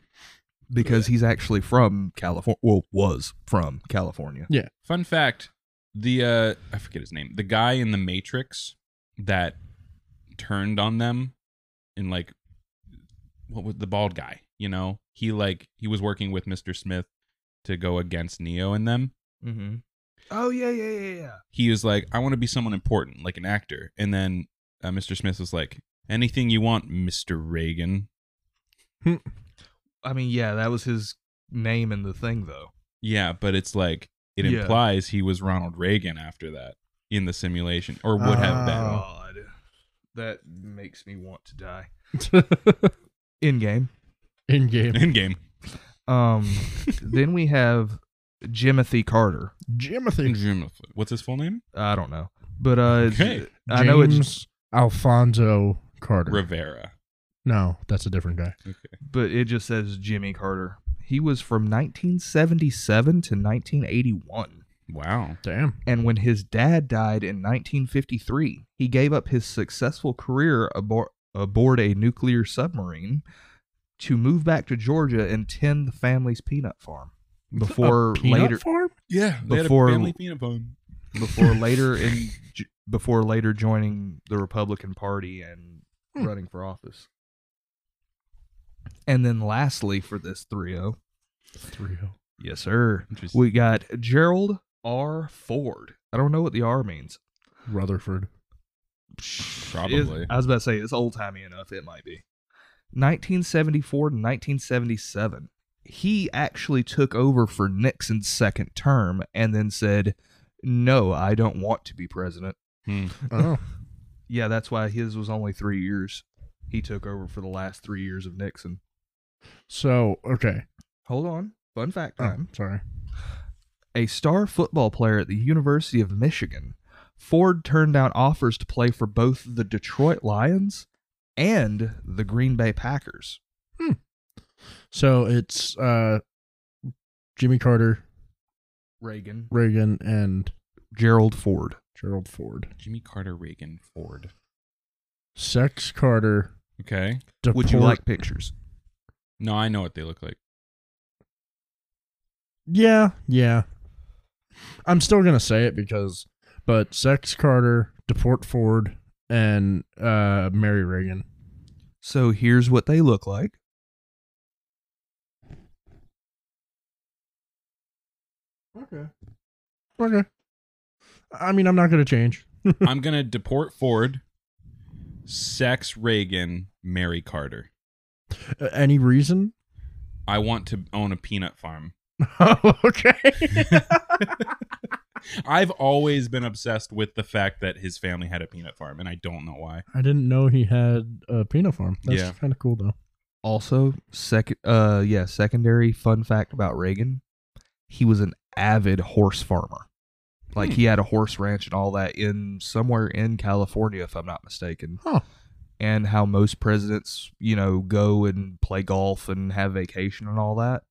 Speaker 3: because he's actually from California. Well, was from California.
Speaker 1: Fun fact: the uh, I forget his name. The guy in the Matrix that turned on them and like what was the bald guy? You know, he like he was working with Mr. Smith to go against Neo and them.
Speaker 3: Mm-hmm. Oh yeah, yeah, yeah, yeah.
Speaker 1: he was like, I want to be someone important, like an actor. And then uh, Mr. Smith was like, anything you want, Mr. Reagan.
Speaker 3: I mean, yeah, that was his name in the thing, though.
Speaker 1: Yeah, but it's like, it
Speaker 3: Yeah.
Speaker 1: implies he was Ronald Reagan after that in the simulation, or would have been.
Speaker 2: Oh.
Speaker 3: God, that makes me want to die. In game.
Speaker 2: In
Speaker 1: [laughs]
Speaker 2: game,
Speaker 1: In game.
Speaker 3: Um, then we have Jimothy Carter.
Speaker 2: Jimothy.
Speaker 1: What's his full name?
Speaker 3: I don't know, but uh,
Speaker 1: Okay.
Speaker 3: I know it's
Speaker 2: James Alfonso Carter.
Speaker 1: Rivera.
Speaker 2: no, that's a different guy.
Speaker 3: but it just says Jimmy Carter. He was from 1977 to 1981.
Speaker 1: Wow.
Speaker 2: Damn.
Speaker 3: And when his dad died in 1953, he gave up his successful career abor- aboard a nuclear submarine to move back to Georgia and tend the family's peanut farm. Before
Speaker 2: A peanut
Speaker 3: later,
Speaker 2: farm?
Speaker 1: Yeah. They
Speaker 3: Before-
Speaker 1: had a family peanut farm.
Speaker 2: [laughs]
Speaker 3: before later in J- before later joining the Republican Party and
Speaker 2: Hmm.
Speaker 3: running for office. And then lastly for this 30,
Speaker 2: Three oh.
Speaker 3: yes sir.
Speaker 1: Interesting.
Speaker 3: We got Gerald R. Ford. I don't know what the R means.
Speaker 2: Rutherford.
Speaker 1: Probably.
Speaker 3: It- I was about to say it's old timey enough. It might be. 1974 to 1977. He actually took over for Nixon's second term and then said, "No, I don't want to be president."
Speaker 1: Hmm.
Speaker 2: Oh.
Speaker 3: Yeah, that's why his was only three years. He took over for the last three years of Nixon.
Speaker 2: so [laughs] okay.
Speaker 3: Hold on. Fun fact
Speaker 2: Oh,
Speaker 3: time.
Speaker 2: sorry.
Speaker 3: a star football player at the University of Michigan, Ford turned down offers to play for both the Detroit Lions and the Green Bay Packers.
Speaker 2: So it's uh, Jimmy Carter,
Speaker 3: Reagan.
Speaker 2: Reagan, and
Speaker 3: Gerald Ford.
Speaker 2: Gerald Ford.
Speaker 1: Jimmy Carter, Reagan, Ford.
Speaker 2: Sex Carter.
Speaker 1: Okay.
Speaker 2: Deport-
Speaker 3: Would you like pictures?
Speaker 1: No, I know what they look like.
Speaker 2: Yeah, yeah. I'm still gonna say it because, but Sex Carter, Deport Ford, and uh, Mary Reagan.
Speaker 3: So here's what they look like.
Speaker 2: Okay. Okay. I mean, I'm not gonna change.
Speaker 1: I'm gonna deport Ford, sex Reagan, marry Carter.
Speaker 2: Uh, any reason? [laughs]
Speaker 1: I want to own a peanut farm.
Speaker 2: Oh, okay.
Speaker 1: I've always been obsessed with the fact that his family had a peanut farm, and I don't know why.
Speaker 2: I didn't know he had a peanut farm. That's
Speaker 1: Yeah.
Speaker 2: kind of cool though.
Speaker 3: Also, second uh yeah, secondary fun fact about Reagan. He was an avid horse farmer. Like
Speaker 1: Hmm.
Speaker 3: he had a horse ranch and all that in somewhere in California if I'm not mistaken.
Speaker 2: Huh.
Speaker 3: And how most presidents, you know, go and play golf and have vacation and all that.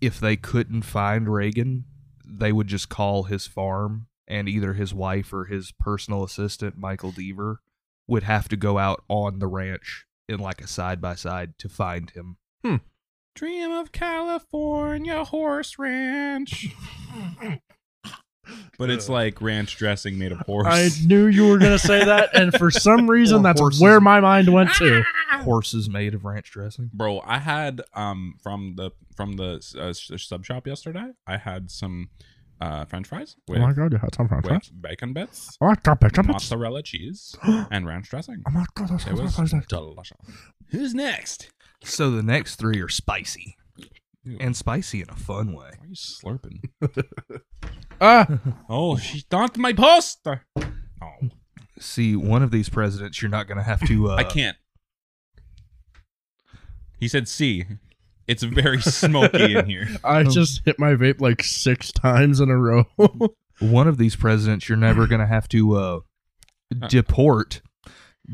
Speaker 3: If they couldn't find Reagan, they would just call his farm and either his wife or his personal assistant Michael Deaver would have to go out on the ranch in like a side by side to find him.
Speaker 1: Dream of California horse ranch. But it's like ranch dressing made of horse.
Speaker 2: Uh. [laughs] I knew you were gonna say that, and for some reason,
Speaker 3: Or
Speaker 2: that's
Speaker 3: horses.
Speaker 2: where my mind went to.
Speaker 3: Horses made of ranch dressing.
Speaker 1: Bro, I had um from the from the uh, s- sub shop yesterday. I had some uh French fries
Speaker 2: Oh
Speaker 1: with,
Speaker 2: my god, you had some
Speaker 1: with bacon bits,
Speaker 2: Oh my god, bacon bits.
Speaker 1: mozzarella cheese,
Speaker 2: [gasps] Oh
Speaker 1: and ranch dressing.
Speaker 2: my god, that's
Speaker 1: It was delicious. Who's next?
Speaker 3: So the next three are spicy.
Speaker 1: Ew.
Speaker 3: And spicy in a fun way.
Speaker 1: Why are you slurping?
Speaker 2: Ah,
Speaker 1: Oh, she dumped my poster. Oh,
Speaker 3: See, one of these presidents you're not gonna have to
Speaker 1: [laughs]
Speaker 3: uh
Speaker 1: I can't. He said C. It's very smoky in here.
Speaker 2: I just hit my vape like six times in a row. [laughs]
Speaker 3: one of these presidents you're never gonna have to uh deport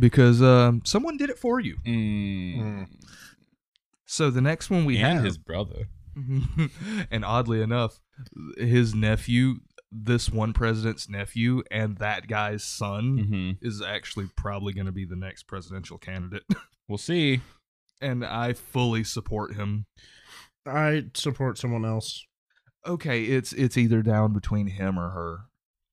Speaker 3: because um someone did it for you.
Speaker 1: [laughs] Mm.
Speaker 3: So the next one we
Speaker 1: and
Speaker 3: have
Speaker 1: his brother.
Speaker 3: [laughs] and oddly enough, his nephew, this one president's nephew, and that guy's son
Speaker 1: Mm-hmm.
Speaker 3: is actually probably going to be the next presidential candidate.
Speaker 1: We'll see.
Speaker 3: and I fully support him.
Speaker 2: I support someone else.
Speaker 3: Okay, it's it's either down between him or her.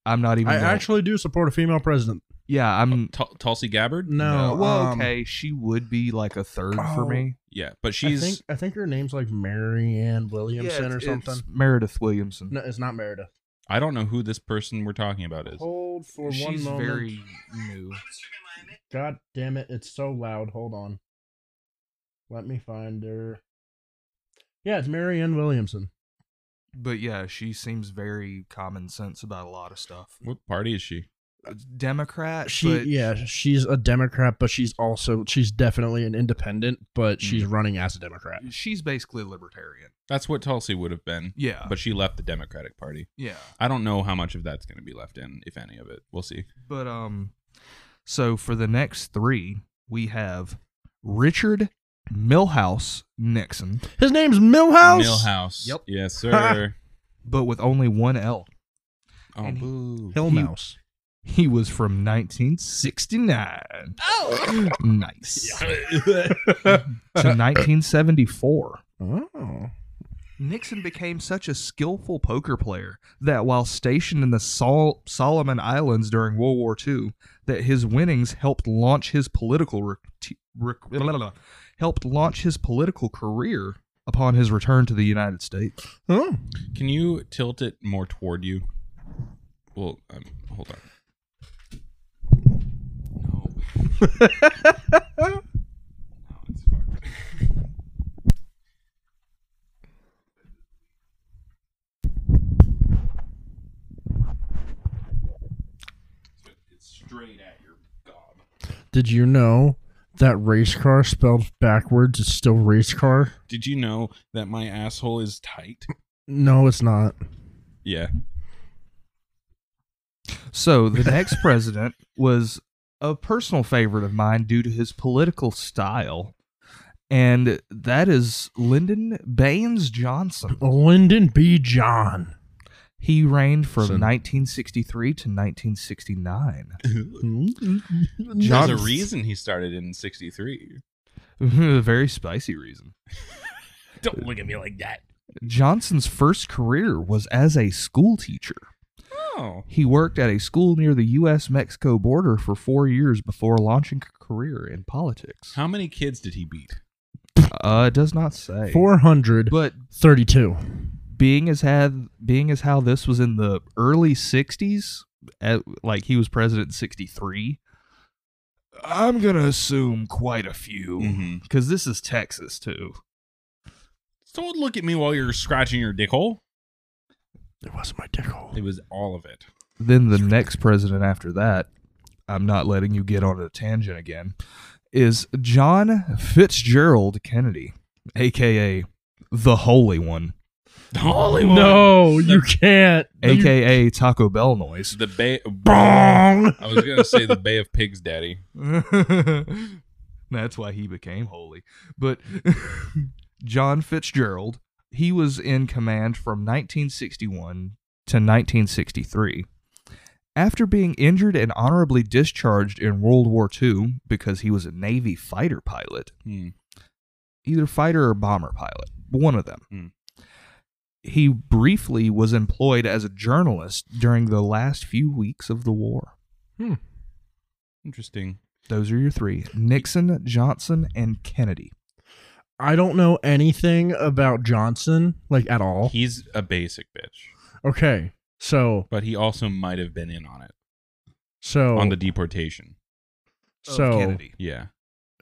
Speaker 3: I'm not even.
Speaker 2: I
Speaker 3: gonna-
Speaker 2: actually do support a female president.
Speaker 3: yeah, I'm.
Speaker 1: T- Tulsi Gabbard.
Speaker 2: No,
Speaker 3: well,
Speaker 2: um,
Speaker 3: Oh, okay, she would be like a third for
Speaker 2: oh,
Speaker 3: me.
Speaker 1: Yeah, but
Speaker 2: I think
Speaker 1: she's
Speaker 2: I think her name's like Mary Ann Williamson
Speaker 3: Yeah,
Speaker 2: or
Speaker 3: it's-
Speaker 2: something.
Speaker 3: it's Meredith Williamson.
Speaker 2: no, it's not Meredith.
Speaker 1: I, don't know who this person we're talking about is.
Speaker 2: Hold for
Speaker 3: She's very new.
Speaker 2: God damn it, it's so loud. Hold on. Let me find her. Yeah, it's Mary Ann Williamson.
Speaker 3: But yeah, she seems very common sense about a lot of stuff.
Speaker 1: What party is she?
Speaker 3: Democrat.
Speaker 2: She
Speaker 3: but
Speaker 2: yeah, she's a Democrat, but she's also she's definitely an independent, but she's running as a Democrat.
Speaker 3: she's basically libertarian.
Speaker 1: That's what Tulsi would have been,
Speaker 3: Yeah,
Speaker 1: but she left the Democratic Party.
Speaker 3: yeah.
Speaker 1: I don't know how much of that's going to be left in, if any of it. We'll see.
Speaker 3: But um, so for the next three, we have Richard Milhouse Nixon,
Speaker 2: His name's Millhouse.
Speaker 1: Millhouse.
Speaker 3: Yep. [laughs]
Speaker 1: Yes, sir.
Speaker 3: but with only one L.
Speaker 1: oh,
Speaker 3: And he-
Speaker 1: boo.
Speaker 2: Hillmouse.
Speaker 3: He was from 1969. Oh, nice. To 1974.
Speaker 2: [laughs] oh.
Speaker 3: Nixon became such a skillful poker player that while stationed in the Sol- Solomon Islands during World War II, that his winnings helped launch his political re- t- rec- blah, blah, blah, helped launch his political career upon his return to the United States.
Speaker 2: Oh.
Speaker 1: Can you tilt it more toward you? Well, um, hold on. No. no, it's fucked. But it's straight at your gob.
Speaker 2: Did you know that race car spelled backwards is still race car?
Speaker 1: Did you know that my asshole is [laughs] tight?
Speaker 2: No, it's not.
Speaker 1: Yeah.
Speaker 3: So the next president was a personal favorite of mine due to his political style, and that is Lyndon Baines Johnson.
Speaker 2: Lyndon B. John.
Speaker 3: He reigned from
Speaker 1: Son.
Speaker 3: 1963 to 1969.
Speaker 1: There's a
Speaker 2: Johnson.
Speaker 1: reason he started in '63.
Speaker 3: Mm-hmm, A very spicy reason.
Speaker 1: Don't look at me like that.
Speaker 3: Johnson's first career was as a school teacher.
Speaker 1: Oh,
Speaker 3: He worked at a school near the U.S. Mexico border for four years before launching a career in politics.
Speaker 1: how many kids did he beat?
Speaker 3: Uh, it does not say.
Speaker 2: 432.
Speaker 3: But being as had being as how this was in the early 60s at, like he was president in 63 i'm gonna assume quite a few
Speaker 1: Mhm.
Speaker 3: because this is texas too
Speaker 1: Don't look at me while you're scratching your dick hole.
Speaker 2: It was my dick hole.
Speaker 1: It was all of it. [laughs]
Speaker 3: then the next president after that i'm not letting you get on a tangent again is john fitzgerald kennedy aka the holy one
Speaker 1: The Holy One.
Speaker 2: No, you can't.
Speaker 3: aka taco bell noise
Speaker 1: The Bay. [laughs] I
Speaker 2: Bong.
Speaker 1: was gonna say the Bay of Pigs, Daddy.
Speaker 3: [laughs] That's why he became holy. But [laughs] John Fitzgerald, he was in command from 1961 to 1963. After being injured and honorably discharged in World War II because he was a Navy fighter pilot,
Speaker 1: Hmm.
Speaker 3: either fighter or bomber pilot, one of them.
Speaker 1: Hmm.
Speaker 3: He briefly was employed as a journalist during the last few weeks of the war.
Speaker 1: Interesting.
Speaker 3: Those are your three Nixon, Johnson, and Kennedy.
Speaker 2: I don't know anything about Johnson, like at all.
Speaker 1: He's a basic bitch,
Speaker 2: Okay, so
Speaker 1: but he also might have been in on it
Speaker 2: so
Speaker 1: on the deportation.
Speaker 3: of
Speaker 2: so
Speaker 3: Kennedy.
Speaker 1: [laughs] Yeah.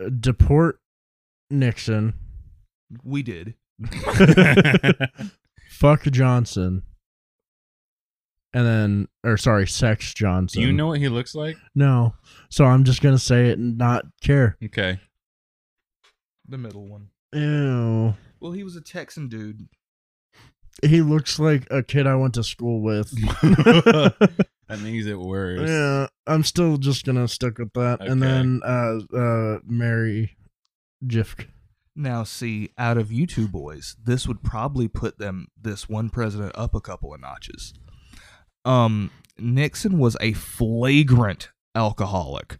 Speaker 2: uh, deport Nixon, [laughs]
Speaker 3: We did.
Speaker 2: fuck Johnson, and then or sorry, sex Johnson.
Speaker 1: Do you know what he looks like?
Speaker 2: No, so I'm just gonna say it and not care.
Speaker 1: Okay.
Speaker 3: The middle one.
Speaker 2: Ew.
Speaker 3: Well, he was a Texan dude.
Speaker 2: He looks like a kid I went to
Speaker 1: [laughs]
Speaker 2: school with. [laughs]
Speaker 1: That makes it worse.
Speaker 2: yeah, I'm still just gonna stick with that, and
Speaker 1: Okay.
Speaker 2: then uh, uh, Mary Jifk.
Speaker 1: [laughs]
Speaker 3: Now, see, out of you two boys, this would probably put them, this one president, up a couple of notches. Um, Nixon was a flagrant alcoholic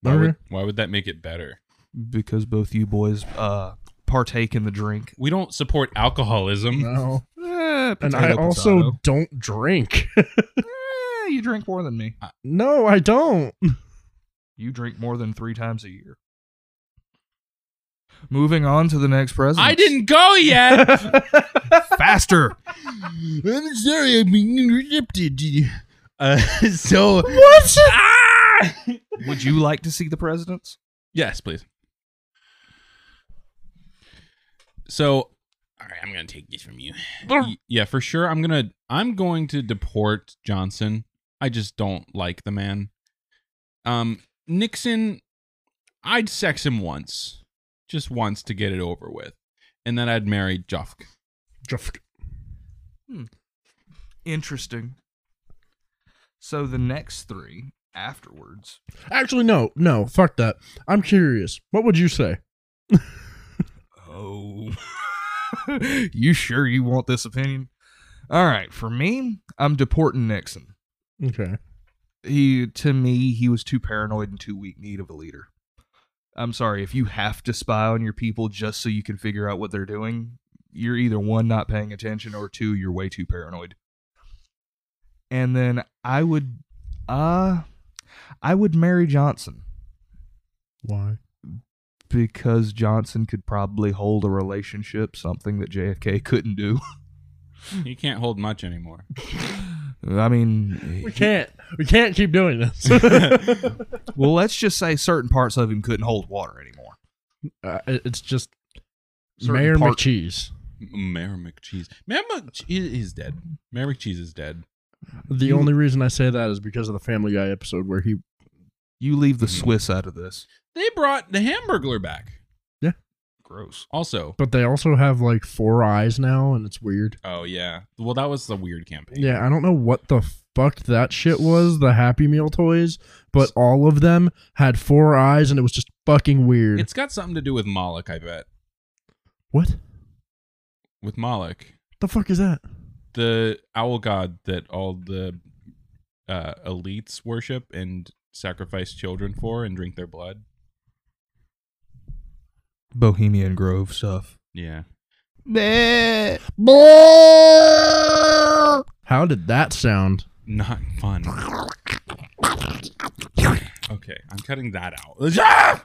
Speaker 1: Why, would,
Speaker 2: Okay.
Speaker 1: why would that make it better?
Speaker 3: because both you boys uh partake in the drink.
Speaker 1: We don't support alcoholism.
Speaker 2: No,
Speaker 3: Eh,
Speaker 2: and
Speaker 3: potato,
Speaker 2: I also
Speaker 3: potato.
Speaker 2: don't drink. [laughs]
Speaker 3: Eh, you drink more than me.
Speaker 2: no,
Speaker 1: [laughs]
Speaker 2: I don't.
Speaker 3: You drink more than three times a year. Moving on to the next president.
Speaker 1: I didn't go yet.
Speaker 3: [laughs] faster.
Speaker 1: I'm sorry, I'm being interrupted. Uh, [laughs] so
Speaker 2: What?
Speaker 3: Would you like to see the presidents?
Speaker 1: yes, please. So, all right, I'm gonna take these from you. Y- yeah, for sure. I'm gonna I'm going to deport Johnson. I just don't like the man. Um, Nixon, I'd sex him once, just once to get it over with, and then I'd marry Jufk.
Speaker 2: Jifk.
Speaker 3: Interesting. So the next three afterwards.
Speaker 2: Actually, no, no, fuck that. I'm curious. What would you say?
Speaker 3: Oh. [laughs] you sure you want this opinion? All right, for me, I'm deporting Nixon.
Speaker 2: Okay.
Speaker 3: He to me, he was too paranoid and too weak need of a leader. I'm sorry, if you have to spy on your people just so you can figure out what they're doing, you're either one not paying attention or two you're way too paranoid. And then I would uh I would marry Johnson
Speaker 2: Why?
Speaker 3: because Johnson could probably hold a relationship, something that JFK couldn't do. [laughs]
Speaker 1: He can't hold much anymore.
Speaker 3: I mean,
Speaker 2: We
Speaker 3: he-
Speaker 2: can't. We can't keep doing [laughs] this.
Speaker 3: [laughs]
Speaker 2: Uh,
Speaker 3: well, let's just say certain parts of him couldn't hold water anymore.
Speaker 2: Uh, it- it's just
Speaker 3: Certain
Speaker 2: Mayor
Speaker 3: part-
Speaker 2: McCheese.
Speaker 1: Mayor McCheese. Mayor McCheese is dead. Mayor McCheese is dead.
Speaker 2: The
Speaker 3: You-
Speaker 2: only reason I say that is because of the Family Guy episode where he.
Speaker 3: You leave the Swiss out of this.
Speaker 1: They brought the Hamburglar back.
Speaker 3: Gross.
Speaker 1: Also.
Speaker 2: But they also have like four eyes now, and it's weird.
Speaker 1: Oh yeah. Well, that was the weird campaign.
Speaker 2: Yeah, I don't know what the fucked that shit was, the Happy Meal toys, but all of them had four eyes and it was just fucking weird.
Speaker 1: It's got something to do with Moloch, I bet.
Speaker 2: what
Speaker 1: With Moloch,
Speaker 2: the fuck is that?
Speaker 1: the owl god that all the uh, elites worship and sacrifice children for and drink their blood.
Speaker 3: Bohemian Grove stuff.
Speaker 1: Yeah.
Speaker 2: How did that sound?
Speaker 1: Not fun. Okay, I'm cutting that out. [laughs] Ah!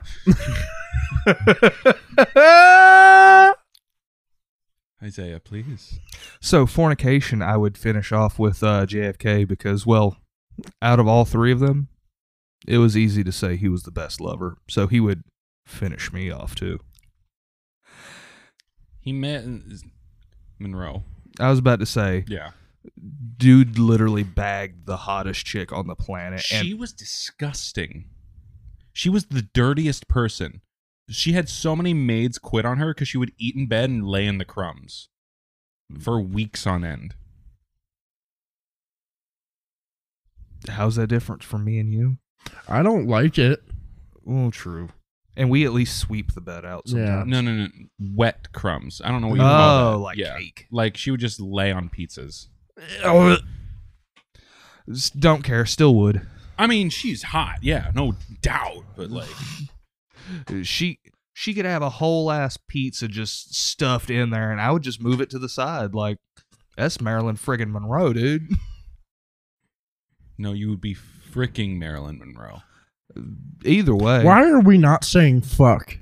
Speaker 1: Isaiah, please.
Speaker 3: So fornication, I would finish off with uh, JFK because, well, out of all three of them, it was easy to say he was the best lover. So he would finish me off too.
Speaker 1: He met Monroe.
Speaker 3: I was about to say,
Speaker 1: Yeah.
Speaker 3: dude, literally bagged the hottest chick on the planet,
Speaker 1: She
Speaker 3: and
Speaker 1: was disgusting. She was the dirtiest person. She had so many maids quit on her because she would eat in bed and lay in the crumbs for weeks on end.
Speaker 3: how's that different from me and you?
Speaker 2: I don't like it.
Speaker 3: Well, true. And we at least sweep the bed out
Speaker 2: Yeah.
Speaker 3: sometimes.
Speaker 1: No, no, no. Wet crumbs. I don't know what you call that.
Speaker 3: Oh, like
Speaker 1: yeah.
Speaker 3: cake.
Speaker 1: Like she would just lay on pizzas.
Speaker 3: S- Don't care. Still would.
Speaker 1: I mean, she's hot. Yeah, no doubt. But like,
Speaker 3: She she could have a whole ass pizza just stuffed in there, and I would just move it to the side. Like that's Marilyn friggin' Monroe, dude. [laughs]
Speaker 1: no, you would be freaking Marilyn Monroe.
Speaker 3: Either way,
Speaker 2: Why are we not saying fuck?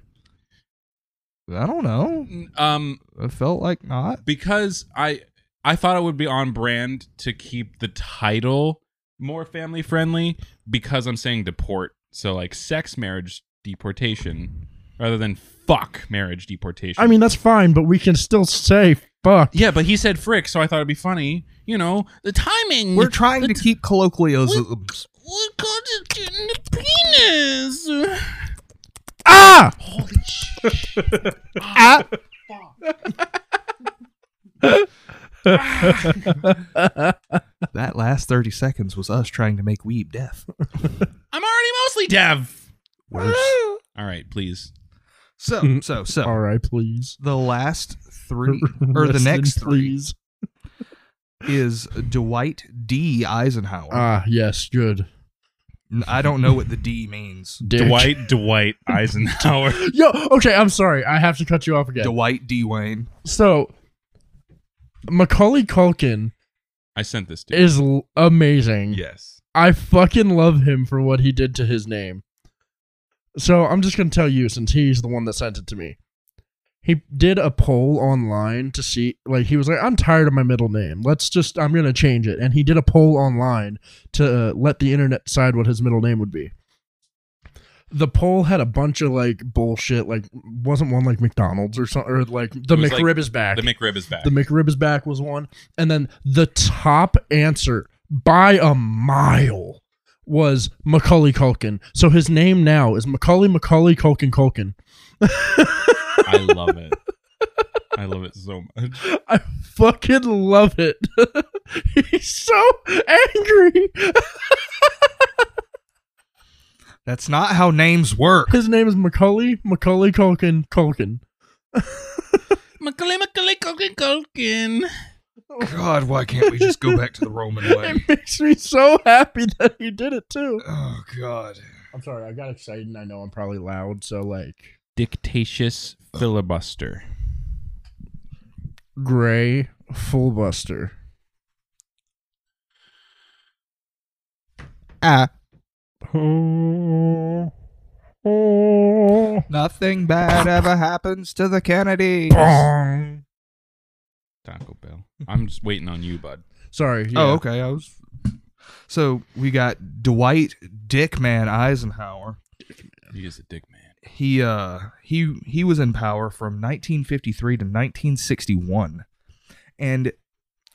Speaker 3: I don't know.
Speaker 1: Um,
Speaker 3: It felt like not.
Speaker 1: because I I thought it would be on brand to keep the title more family friendly because I'm saying deport. So like sex marriage deportation rather than fuck marriage deportation.
Speaker 2: I mean, that's fine, but we can still say fuck.
Speaker 1: yeah, but he said frick, so I thought it'd be funny. You know, the timing.
Speaker 3: We're trying to keep colloquialisms.
Speaker 1: What got it in the penis?
Speaker 2: Ah! [laughs]
Speaker 1: Holy shit.
Speaker 2: Ah!
Speaker 3: That last thirty seconds was us trying to make weeb deaf.
Speaker 1: I'm already mostly dev.
Speaker 2: [laughs] Worse.
Speaker 1: All right, please.
Speaker 3: So so so.
Speaker 2: All right, please.
Speaker 3: The last three or the
Speaker 2: Less than
Speaker 3: next three
Speaker 2: please.
Speaker 3: is Dwight D. Eisenhower.
Speaker 2: Ah, yes, good.
Speaker 3: N- I don't know what the D means.
Speaker 2: Dick.
Speaker 1: Dwight Dwight
Speaker 2: [laughs]
Speaker 1: Eisenhower.
Speaker 2: [gasps] Yo, okay, I'm sorry. I have to cut you off again.
Speaker 3: Dwight D. Wayne.
Speaker 2: so, Macaulay Culkin
Speaker 1: I sent this to you.
Speaker 2: is l- amazing.
Speaker 1: Yes.
Speaker 2: I fucking love him for what he did to his name. So I'm just gonna tell you since he's the one that sent it to me. He did a poll online to see like he was like I'm tired of my middle name. Let's just I'm going to change it. And he did a poll online to uh, let the internet decide what his middle name would be. The poll had a bunch of like bullshit like wasn't one like McDonald's or something or like the
Speaker 1: It was,
Speaker 2: McRib
Speaker 1: like,
Speaker 2: is back.
Speaker 1: The McRib is back.
Speaker 2: The McRib is back was one. And then the top answer by a mile was Macaulay Culkin. So his name now is Macaulay Macaulay Culkin Culkin. [laughs]
Speaker 1: I love it. I love it so much.
Speaker 2: I fucking love it. [laughs] He's so angry. [laughs]
Speaker 3: That's not how names work.
Speaker 2: His name is Macaulay Macaulay Culkin Culkin.
Speaker 1: Macaulay, Macaulay, Culkin, Culkin.
Speaker 3: God, why can't we just go back to the Roman way?
Speaker 2: [laughs] It makes me so happy that he did it too.
Speaker 3: Oh God.
Speaker 2: I'm sorry, I got excited and I know I'm probably loud, so like
Speaker 1: Dictatious filibuster.
Speaker 2: Gray Full Buster.
Speaker 3: Ah,
Speaker 2: Oh,
Speaker 3: nothing bad ever happens to the Kennedys. Oh,
Speaker 1: Taco Bell. I'm just waiting on you, bud.
Speaker 2: Sorry. yeah.
Speaker 3: Oh, okay. I was. So we got Dwight Dickman Eisenhower.
Speaker 1: He is a dick man.
Speaker 3: He uh he he was in power from 1953 to 1961, and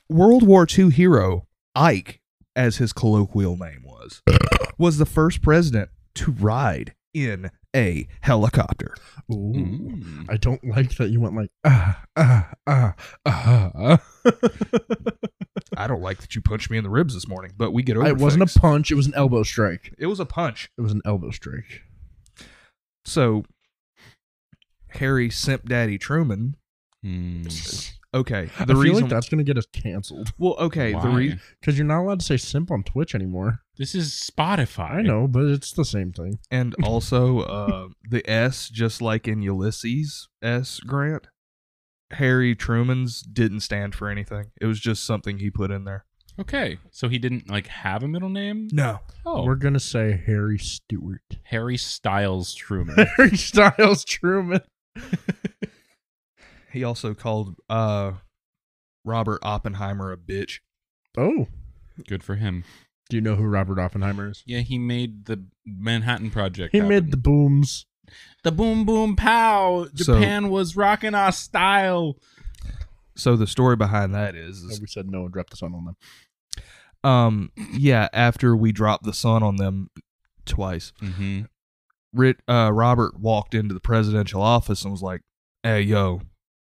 Speaker 3: World War II hero Ike, as his colloquial name was, was the first president to ride in a helicopter.
Speaker 2: Ooh.
Speaker 1: Mm.
Speaker 2: I don't ah." like that you went like ah ah ah ah.
Speaker 3: I I don't like that you punched me in the ribs this morning, but we get over.
Speaker 2: It wasn't
Speaker 3: things.
Speaker 2: a punch. It was an elbow strike.
Speaker 3: it was a punch.
Speaker 2: It was an elbow strike.
Speaker 3: So Harry Simp Daddy Truman.
Speaker 1: Hmm.
Speaker 3: Okay,
Speaker 2: I
Speaker 3: the
Speaker 2: feel
Speaker 3: reason.
Speaker 2: like that's gonna get us canceled
Speaker 3: well, okay, the reason.
Speaker 2: because you're not allowed to say simp on Twitch anymore.
Speaker 1: This is Spotify.
Speaker 2: I know, but it's the same thing.
Speaker 3: and
Speaker 2: [laughs]
Speaker 3: also uh, the S, just like in Ulysses S. Grant, Harry Truman's didn't stand for anything. It was just something he put in there.
Speaker 1: Okay, so he didn't like have a middle name.
Speaker 3: No,
Speaker 1: Oh,
Speaker 2: We're gonna say Harry Stewart, [laughs]
Speaker 1: Harry Styles Truman.
Speaker 3: [laughs]
Speaker 2: Harry Styles Truman.
Speaker 3: he also called uh, Robert Oppenheimer a bitch.
Speaker 2: Oh,
Speaker 1: Good for him.
Speaker 2: do you know who Robert Oppenheimer is?
Speaker 1: Yeah, he made the Manhattan Project.
Speaker 2: He
Speaker 1: happen.
Speaker 2: made the booms.
Speaker 1: the boom boom pow.
Speaker 3: So-
Speaker 1: Japan was rocking our style.
Speaker 3: So the story behind that is,
Speaker 2: And
Speaker 3: is
Speaker 2: we said no and dropped the sun on them.
Speaker 3: um, yeah, after we dropped the sun on them twice,
Speaker 1: Mm-hmm.
Speaker 3: Rit, uh, Robert walked into the presidential office and was like, "Hey, yo,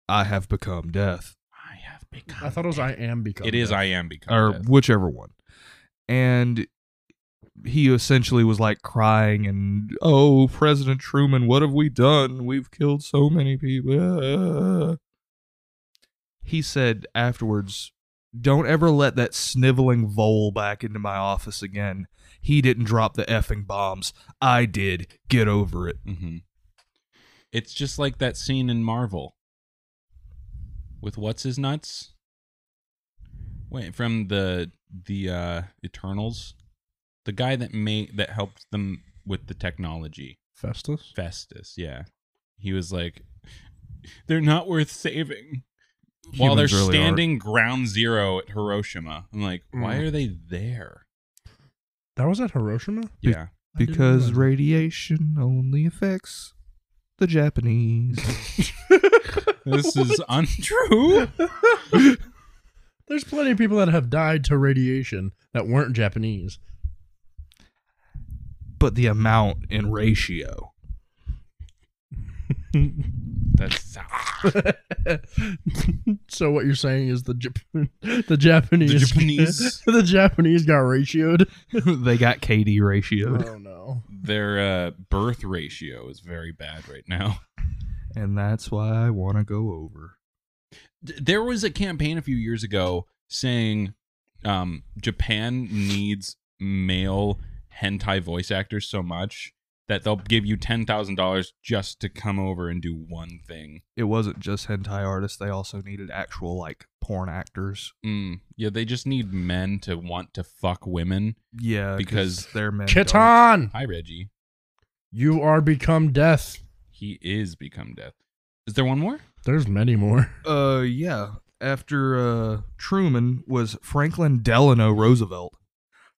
Speaker 3: I have become death."
Speaker 1: I have become.
Speaker 2: I thought it was I am because
Speaker 1: It is I am become.
Speaker 3: or
Speaker 1: death.
Speaker 3: whichever one. And he essentially was like crying and, oh, President Truman, what have we done? We've killed so many people. [sighs] He said afterwards, don't ever let that sniveling vole back into my office again. He didn't drop the effing bombs. I did. Get over it.
Speaker 1: Mm-hmm. It's just like that scene in Marvel with what's his nuts. Wait, from the the uh Eternals, the guy that made that helped them with the technology,
Speaker 2: Festus.
Speaker 1: Festus. Yeah, he was like, "They're not worth saving." While they're
Speaker 3: Humans really are.
Speaker 1: standing ground zero at Hiroshima, I'm like, why
Speaker 2: Mm.
Speaker 1: are they there?
Speaker 2: That was at Hiroshima.
Speaker 3: Be-
Speaker 1: Yeah,
Speaker 2: I didn't
Speaker 3: Because
Speaker 2: realize.
Speaker 3: radiation only affects the Japanese.
Speaker 1: this is untrue.
Speaker 2: There's plenty of people that have died to radiation that weren't Japanese. [laughs]
Speaker 3: but the amount in ratio.
Speaker 1: [laughs] That's
Speaker 2: so what you're saying is the Jap- [laughs] the Japanese
Speaker 1: The Japanese.
Speaker 2: [laughs] the Japanese got ratioed.
Speaker 3: [laughs] they got KD ratioed,
Speaker 2: Oh no.
Speaker 1: their uh, birth ratio is very bad right now.
Speaker 3: and that's why I want to go over.
Speaker 1: D- There was a campaign a few years ago saying um, Japan needs male hentai voice actors so much that they'll give you ten thousand dollars just to come over and do one thing.
Speaker 3: It wasn't just hentai artists; they also needed actual like porn actors.
Speaker 1: Mm. Yeah, they just need men to want to fuck women.
Speaker 3: Yeah,
Speaker 1: Because-
Speaker 3: they're men. don't.
Speaker 2: Kitan,
Speaker 1: Hi, Reggie.
Speaker 2: you are become death.
Speaker 1: He is become death. Is there one more?
Speaker 2: There's many more. [laughs]
Speaker 3: Uh, yeah. After uh, Truman was Franklin Delano Roosevelt.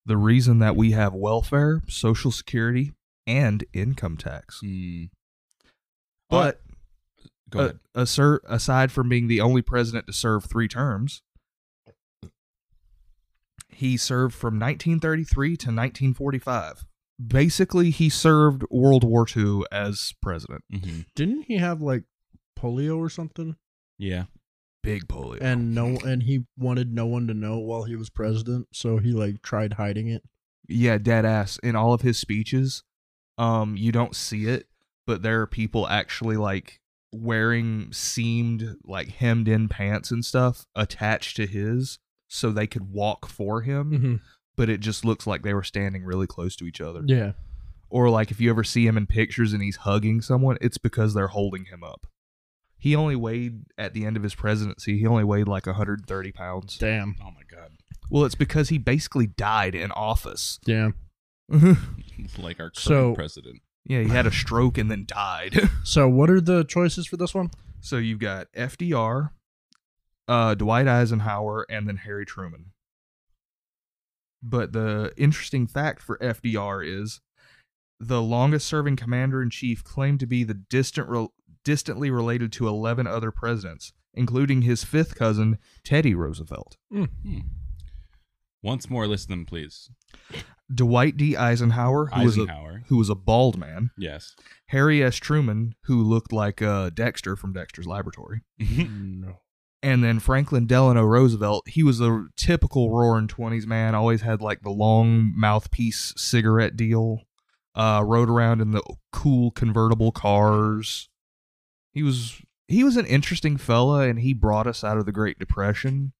Speaker 3: The reason that we have welfare, social security, and income tax.
Speaker 1: Mm.
Speaker 3: But
Speaker 1: Go
Speaker 3: uh,
Speaker 1: ahead.
Speaker 3: assert- aside from being the only president to serve three terms, he served from 1933 to 1945. Basically, he served World War II as president.
Speaker 1: Mhm.
Speaker 2: Didn't he have like polio or something?
Speaker 1: Yeah.
Speaker 3: Big polio.
Speaker 2: And no and he wanted no one to know while he was president, so he like tried hiding it.
Speaker 3: yeah, dead ass. In all of his speeches, um, you don't see it, but there are people actually like wearing seamed, like hemmed in pants and stuff attached to his, so they could walk for him.
Speaker 2: Mm-hmm.
Speaker 3: but it just looks like they were standing really close to each other.
Speaker 2: Yeah.
Speaker 3: Or like if you ever see him in pictures and he's hugging someone, it's because they're holding him up. He only weighed at the end of his presidency, he only weighed like 130 pounds.
Speaker 2: Damn.
Speaker 1: Oh my god.
Speaker 3: Well, it's because he basically died in office.
Speaker 2: [laughs] Damn.
Speaker 3: yeah,
Speaker 1: like our current
Speaker 2: So-
Speaker 1: president.
Speaker 3: he had a stroke and then died. [laughs]
Speaker 2: So what are the choices for this one?
Speaker 3: so you've got FDR, uh, Dwight Eisenhower, and then Harry Truman. But the interesting fact for FDR is the longest serving commander in chief claimed to be the distant rel distantly related to 11 other presidents, including his fifth cousin, Teddy Roosevelt.
Speaker 1: Hmm. Once more, list them, please.
Speaker 3: Dwight D. Eisenhower, who, Was
Speaker 1: Eisenhower.
Speaker 3: a, who was a bald man.
Speaker 1: Yes. [laughs]
Speaker 3: Harry S. Truman, who looked like uh, Dexter from Dexter's Laboratory.
Speaker 2: No.
Speaker 3: And then Franklin Delano Roosevelt, he was a typical roaring 20s man, always had like the long mouthpiece cigarette deal, uh, rode around in the cool convertible cars. He was he was an interesting fella and he brought us out of the Great Depression,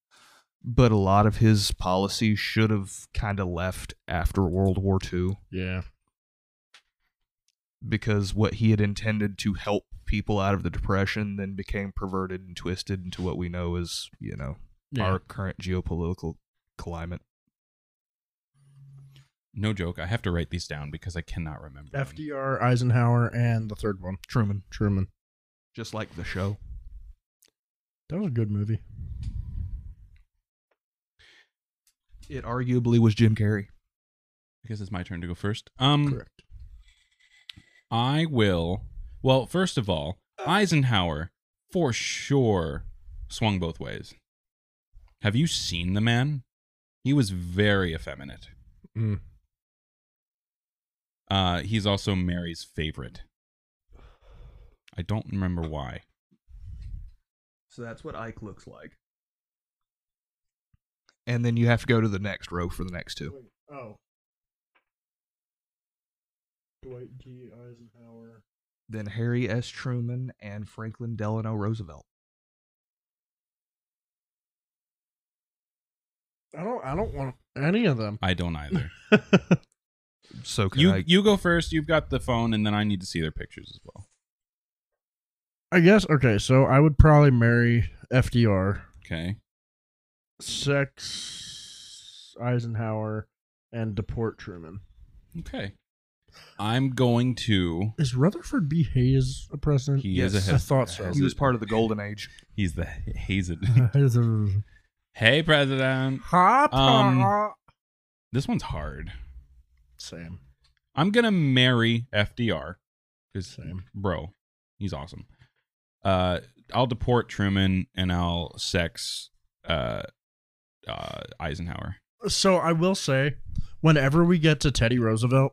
Speaker 3: but a lot of his policies should have kind of left after World War II
Speaker 2: Yeah.
Speaker 3: because what he had intended to help people out of the depression then became perverted and twisted into what we know as, you know,
Speaker 2: Yeah.
Speaker 3: our current geopolitical climate.
Speaker 1: No joke. I have to write these down because I cannot remember. them.
Speaker 2: FDR, Eisenhower, and the third one,
Speaker 3: Truman,
Speaker 2: Truman.
Speaker 3: just like the show.
Speaker 2: That was a good movie.
Speaker 3: It arguably was Jim Carrey.
Speaker 1: because it's my turn to go first. Um,
Speaker 2: Correct.
Speaker 1: I will. Well, first of all, Eisenhower for sure swung both ways. Have you seen the man? He was very effeminate.
Speaker 2: Mm.
Speaker 1: Uh, he's also Mary's favorite. I don't remember why.
Speaker 3: So that's what Ike looks like. And then you have to go to the next row for the next two.
Speaker 2: Oh. Dwight D. Eisenhower.
Speaker 3: Then Harry S. Truman and Franklin Delano Roosevelt.
Speaker 2: I don't. I don't want any of them.
Speaker 1: I don't either.
Speaker 3: So can
Speaker 1: you
Speaker 3: I?
Speaker 1: you go first. You've got the phone, and then I need to see their pictures as well.
Speaker 2: [laughs] I guess. Okay. So I would probably marry FDR,
Speaker 1: Okay.
Speaker 2: sex Eisenhower, and deport Truman.
Speaker 1: Okay. I'm going to.
Speaker 2: Is Rutherford B. Hayes a president?
Speaker 1: He is
Speaker 3: Yes.
Speaker 1: a
Speaker 2: I thought so.
Speaker 3: he was part of the golden age. [laughs]
Speaker 1: He's the hazed.
Speaker 2: [laughs] ha
Speaker 1: [laughs] hey, President.
Speaker 2: pa.
Speaker 1: This one's hard.
Speaker 2: Same.
Speaker 1: I'm gonna marry FDR because
Speaker 2: Same.
Speaker 1: bro, he's awesome. Uh, I'll deport Truman and I'll sex uh, uh, Eisenhower.
Speaker 2: So I will say, whenever we get to Teddy Roosevelt,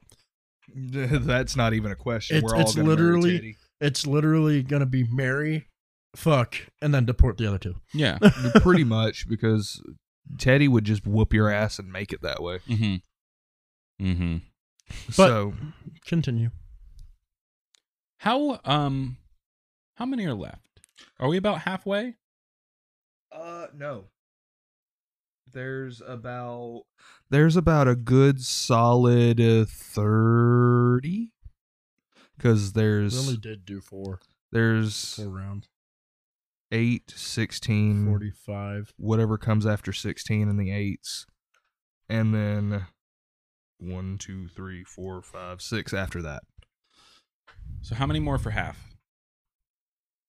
Speaker 3: that's not even a question.
Speaker 2: It's-
Speaker 3: We're all
Speaker 2: it's
Speaker 3: gonna marry
Speaker 2: literally-
Speaker 3: Teddy.
Speaker 2: it's literally gonna be marry, fuck, and then deport the other two.
Speaker 1: Yeah.
Speaker 3: pretty much because Teddy would just whoop your ass and make it that way.
Speaker 1: mm-hmm. Mm-hmm.
Speaker 3: so
Speaker 2: Continue.
Speaker 1: How um, how many are left? Are we about halfway?
Speaker 3: uh no. There's about there's about a good solid uh, 30 cuz there's
Speaker 2: Really did do four
Speaker 3: there's
Speaker 2: four rounds.
Speaker 3: 8
Speaker 1: Mm.
Speaker 3: 16
Speaker 2: Forty-five.
Speaker 3: whatever comes after 16 and the 8s and then one, two, three, four, five, six after that
Speaker 1: So how many more for half?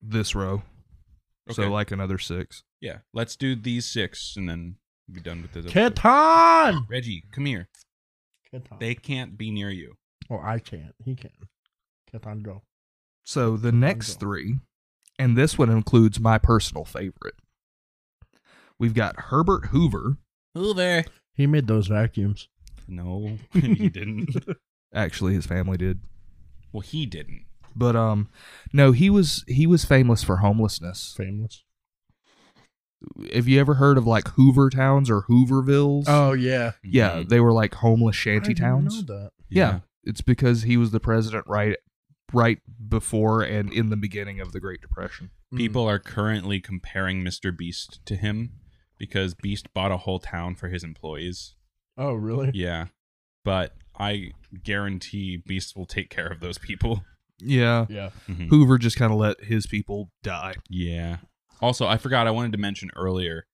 Speaker 3: this row
Speaker 1: Okay.
Speaker 3: so like another 6
Speaker 1: Yeah. Let's do these six and then be done with this. episode.
Speaker 2: Ketan.
Speaker 1: Reggie, come here.
Speaker 2: Ketan.
Speaker 1: They can't be near you.
Speaker 2: well, I can't. He can. Ketan, go.
Speaker 3: So the next three, and this one includes my personal favorite. We've got Herbert Hoover.
Speaker 1: Who there?
Speaker 2: He made those vacuums.
Speaker 1: No, [laughs] he didn't.
Speaker 3: Actually, his family did,
Speaker 1: well, he didn't.
Speaker 3: but um, no, he was he was famous for homelessness.
Speaker 2: Famous.
Speaker 3: Have you ever heard of like Hoover towns or Hoovervilles?
Speaker 2: Oh yeah.
Speaker 1: mm-hmm.
Speaker 3: yeah, they were like homeless shanty
Speaker 2: Anti
Speaker 3: towns.
Speaker 2: Know
Speaker 3: Yeah. it's because he was the president right right before and in the beginning of the Great Depression.
Speaker 2: that.
Speaker 1: People are currently comparing Mr. Beast to him because Beast bought a whole town for his employees.
Speaker 2: Mm. Oh really?
Speaker 1: Yeah. But I guarantee Beast will take care of those people.
Speaker 3: Yeah,
Speaker 2: Yeah.
Speaker 1: Mhm.
Speaker 3: Hoover just kind of let his people die.
Speaker 1: Yeah. Also, I forgot I wanted to mention earlier.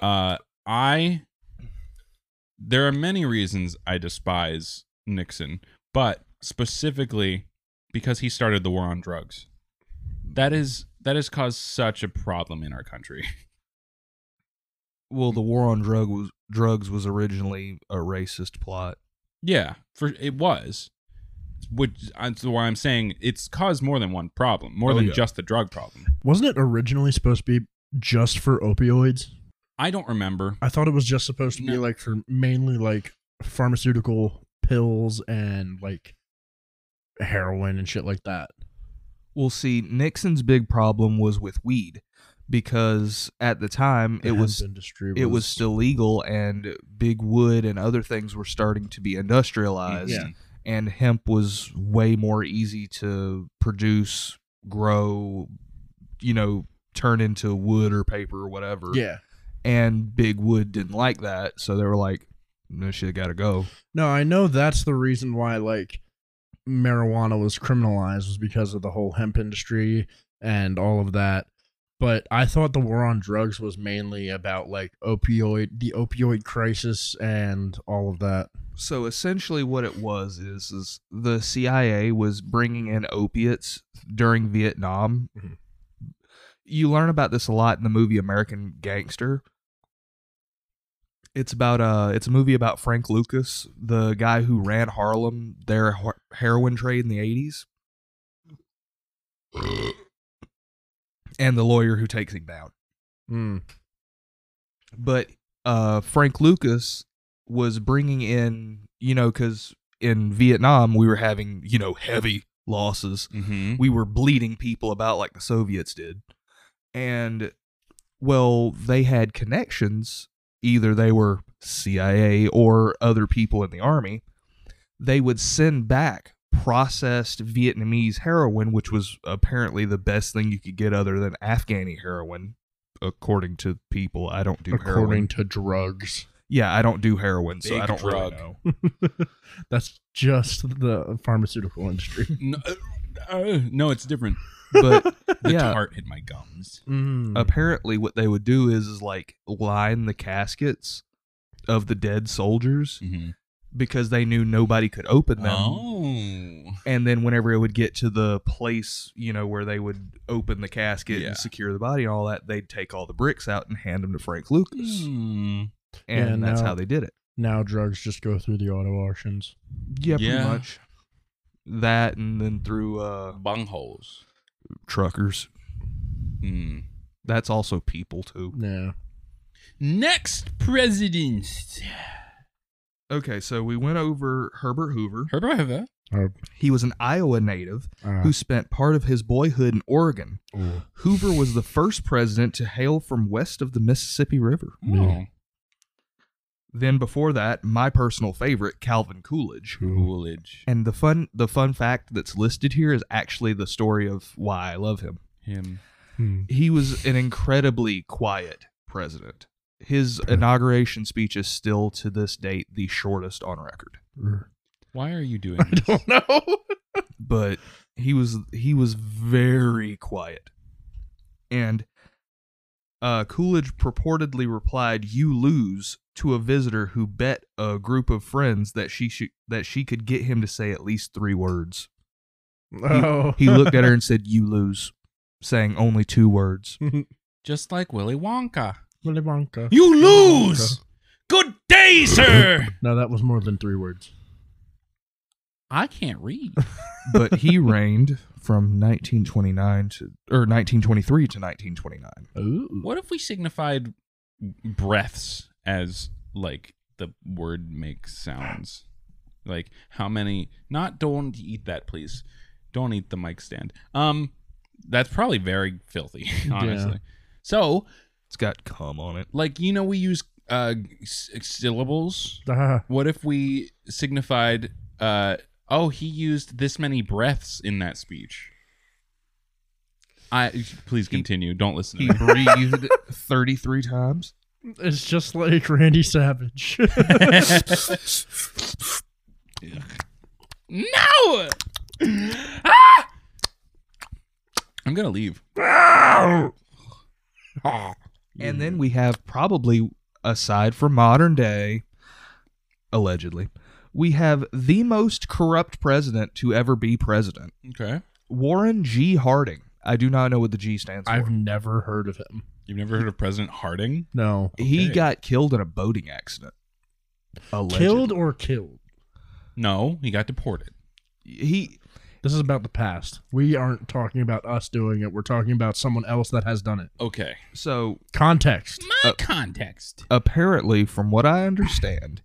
Speaker 1: Uh I there are many reasons I despise Nixon, but specifically because he started the war on drugs. That is that has caused such a problem in our country. [laughs]
Speaker 3: well the war on drug was, drugs was originally a racist plot
Speaker 1: Yeah, for it was, which that's why I'm saying it's caused more than one problem, more
Speaker 3: Oh,
Speaker 1: than
Speaker 3: yeah.
Speaker 1: just the drug problem.
Speaker 2: Wasn't it originally supposed to be just for opioids?
Speaker 1: I don't remember.
Speaker 2: I thought it was just supposed to be
Speaker 1: No.
Speaker 2: like for mainly like pharmaceutical pills and like heroin and shit like that.
Speaker 3: well see nixon's big problem was with weed because at the time it was it was still legal and big wood and other things were starting to be industrialized
Speaker 2: Yeah.
Speaker 3: and hemp was way more easy to produce grow you know turn into wood or paper or whatever
Speaker 2: Yeah.
Speaker 3: and big wood didn't like that so they were like this shit gotta go
Speaker 2: No, I know that's the reason why like marijuana was criminalized was because of the whole hemp industry and all of that. But I thought the war on drugs was mainly about like opioid, the opioid crisis, and all of that.
Speaker 3: so essentially what it was is is the CIA was bringing in opiates during Vietnam.
Speaker 2: Mhm.
Speaker 3: You learn about this a lot in the movie American Gangster. It's about uh it's a movie about Frank Lucas, the guy who ran Harlem, their har- heroin trade in the 80s. and the lawyer who takes him down
Speaker 2: Mm.
Speaker 3: but uh, Frank Lucas was bringing in, you know, because in Vietnam we were having, you know, heavy losses.
Speaker 1: Mm-hmm.
Speaker 3: We were bleeding people about like the Soviets did. And, well, they had connections. Either they were CIA or other people in the army. They would send back processed Vietnamese heroin, which was apparently the best thing you could get other than Afghani heroin, according to people. I don't do
Speaker 2: According
Speaker 3: heroin.
Speaker 2: to drugs, [laughs]
Speaker 3: Yeah, I don't do heroin, so
Speaker 1: Big
Speaker 3: I don't
Speaker 1: drug.
Speaker 3: really know.
Speaker 2: that's just the pharmaceutical industry.
Speaker 1: [laughs] No, uh, uh, no, it's different.
Speaker 3: But
Speaker 1: [laughs] The
Speaker 3: yeah,
Speaker 1: tart hit my gums. Mm-hmm.
Speaker 2: Mm.
Speaker 3: apparently what they would do is, is like line the caskets of the dead soldiers
Speaker 1: Mm-hmm.
Speaker 3: because they knew nobody could open them.
Speaker 1: Oh.
Speaker 3: And then whenever it would get to the place, you know, where they would open the casket
Speaker 1: Yeah.
Speaker 3: and secure the body and all that, they'd take all the bricks out and hand them to Frank Lucas,
Speaker 1: Mm.
Speaker 3: and
Speaker 2: Yeah,
Speaker 3: that's
Speaker 2: no.
Speaker 3: how they did it.
Speaker 2: now drugs just go through the auto auctions.
Speaker 3: Yeah, pretty
Speaker 1: Yeah.
Speaker 3: much. That and then through uh,
Speaker 1: Bungholes.
Speaker 3: truckers.
Speaker 1: Mm.
Speaker 3: That's also people too.
Speaker 2: Yeah.
Speaker 1: Next president.
Speaker 3: Okay, so we went over Herbert Hoover.
Speaker 1: Herbert Hoover.
Speaker 3: He was an Iowa native
Speaker 2: Uh, oh,
Speaker 3: who spent part of his boyhood in Oregon.
Speaker 2: ooh.
Speaker 3: Hoover was the first president to hail from west of the Mississippi River.
Speaker 1: Oh.
Speaker 2: Yeah.
Speaker 3: Then before that, my personal favorite, Calvin Coolidge.
Speaker 1: Coolidge.
Speaker 3: And the fun the fun fact that's listed here is actually the story of why I love him.
Speaker 1: Him.
Speaker 2: Hmm.
Speaker 3: He was an incredibly quiet president. His inauguration speech is still to this date the shortest on record.
Speaker 1: Why are you doing
Speaker 2: Er, [laughs] I
Speaker 1: this?
Speaker 2: don't know.
Speaker 3: but he was he was very quiet and uh, coolidge purportedly replied you lose to a visitor who bet a group of friends that she should that she could get him to say at least three words
Speaker 2: oh.
Speaker 3: he looked at her and said you lose saying only two words
Speaker 1: Just like Willy Wonka.
Speaker 2: [laughs] Willy Wonka.
Speaker 1: You
Speaker 2: lose!
Speaker 1: Good day, sir.
Speaker 2: No, that was more than three words.
Speaker 1: I can't read.
Speaker 3: but [laughs] he reigned from 1929 to or 1923 to 1929
Speaker 2: Ooh.
Speaker 1: What if we signified breaths as like the word makes sounds? Like how many? Not don't eat that, please. Don't eat the mic stand. Um, that's probably very filthy, [laughs] honestly. So,
Speaker 3: it's got cum on it
Speaker 1: like you know, we use uh s- syllables.
Speaker 2: Ah,
Speaker 1: What if we signified uh oh he used this many breaths in that speech? I please continue. Don't listen to
Speaker 3: he
Speaker 1: me.
Speaker 3: breathed 33 times
Speaker 2: it's just like Randy Savage.
Speaker 1: No! Ah! I'm gonna leave.
Speaker 3: And
Speaker 2: Mm-hmm.
Speaker 3: then we have probably, aside from modern day, allegedly, we have the most corrupt president to ever be president
Speaker 1: Okay.
Speaker 3: Warren G. Harding. I do not know what the G stands for.
Speaker 2: I've never heard of him.
Speaker 1: You've never heard of President Harding?
Speaker 2: No.
Speaker 3: He
Speaker 1: okay.
Speaker 3: got killed in a boating accident. Allegedly.
Speaker 2: Killed or killed?
Speaker 1: No, he got deported.
Speaker 3: He.
Speaker 2: This is about the past. We aren't talking about us doing it. We're talking about someone else that has done it.
Speaker 1: Okay.
Speaker 3: So
Speaker 2: Context.
Speaker 1: My context.
Speaker 3: apparently, from what I understand,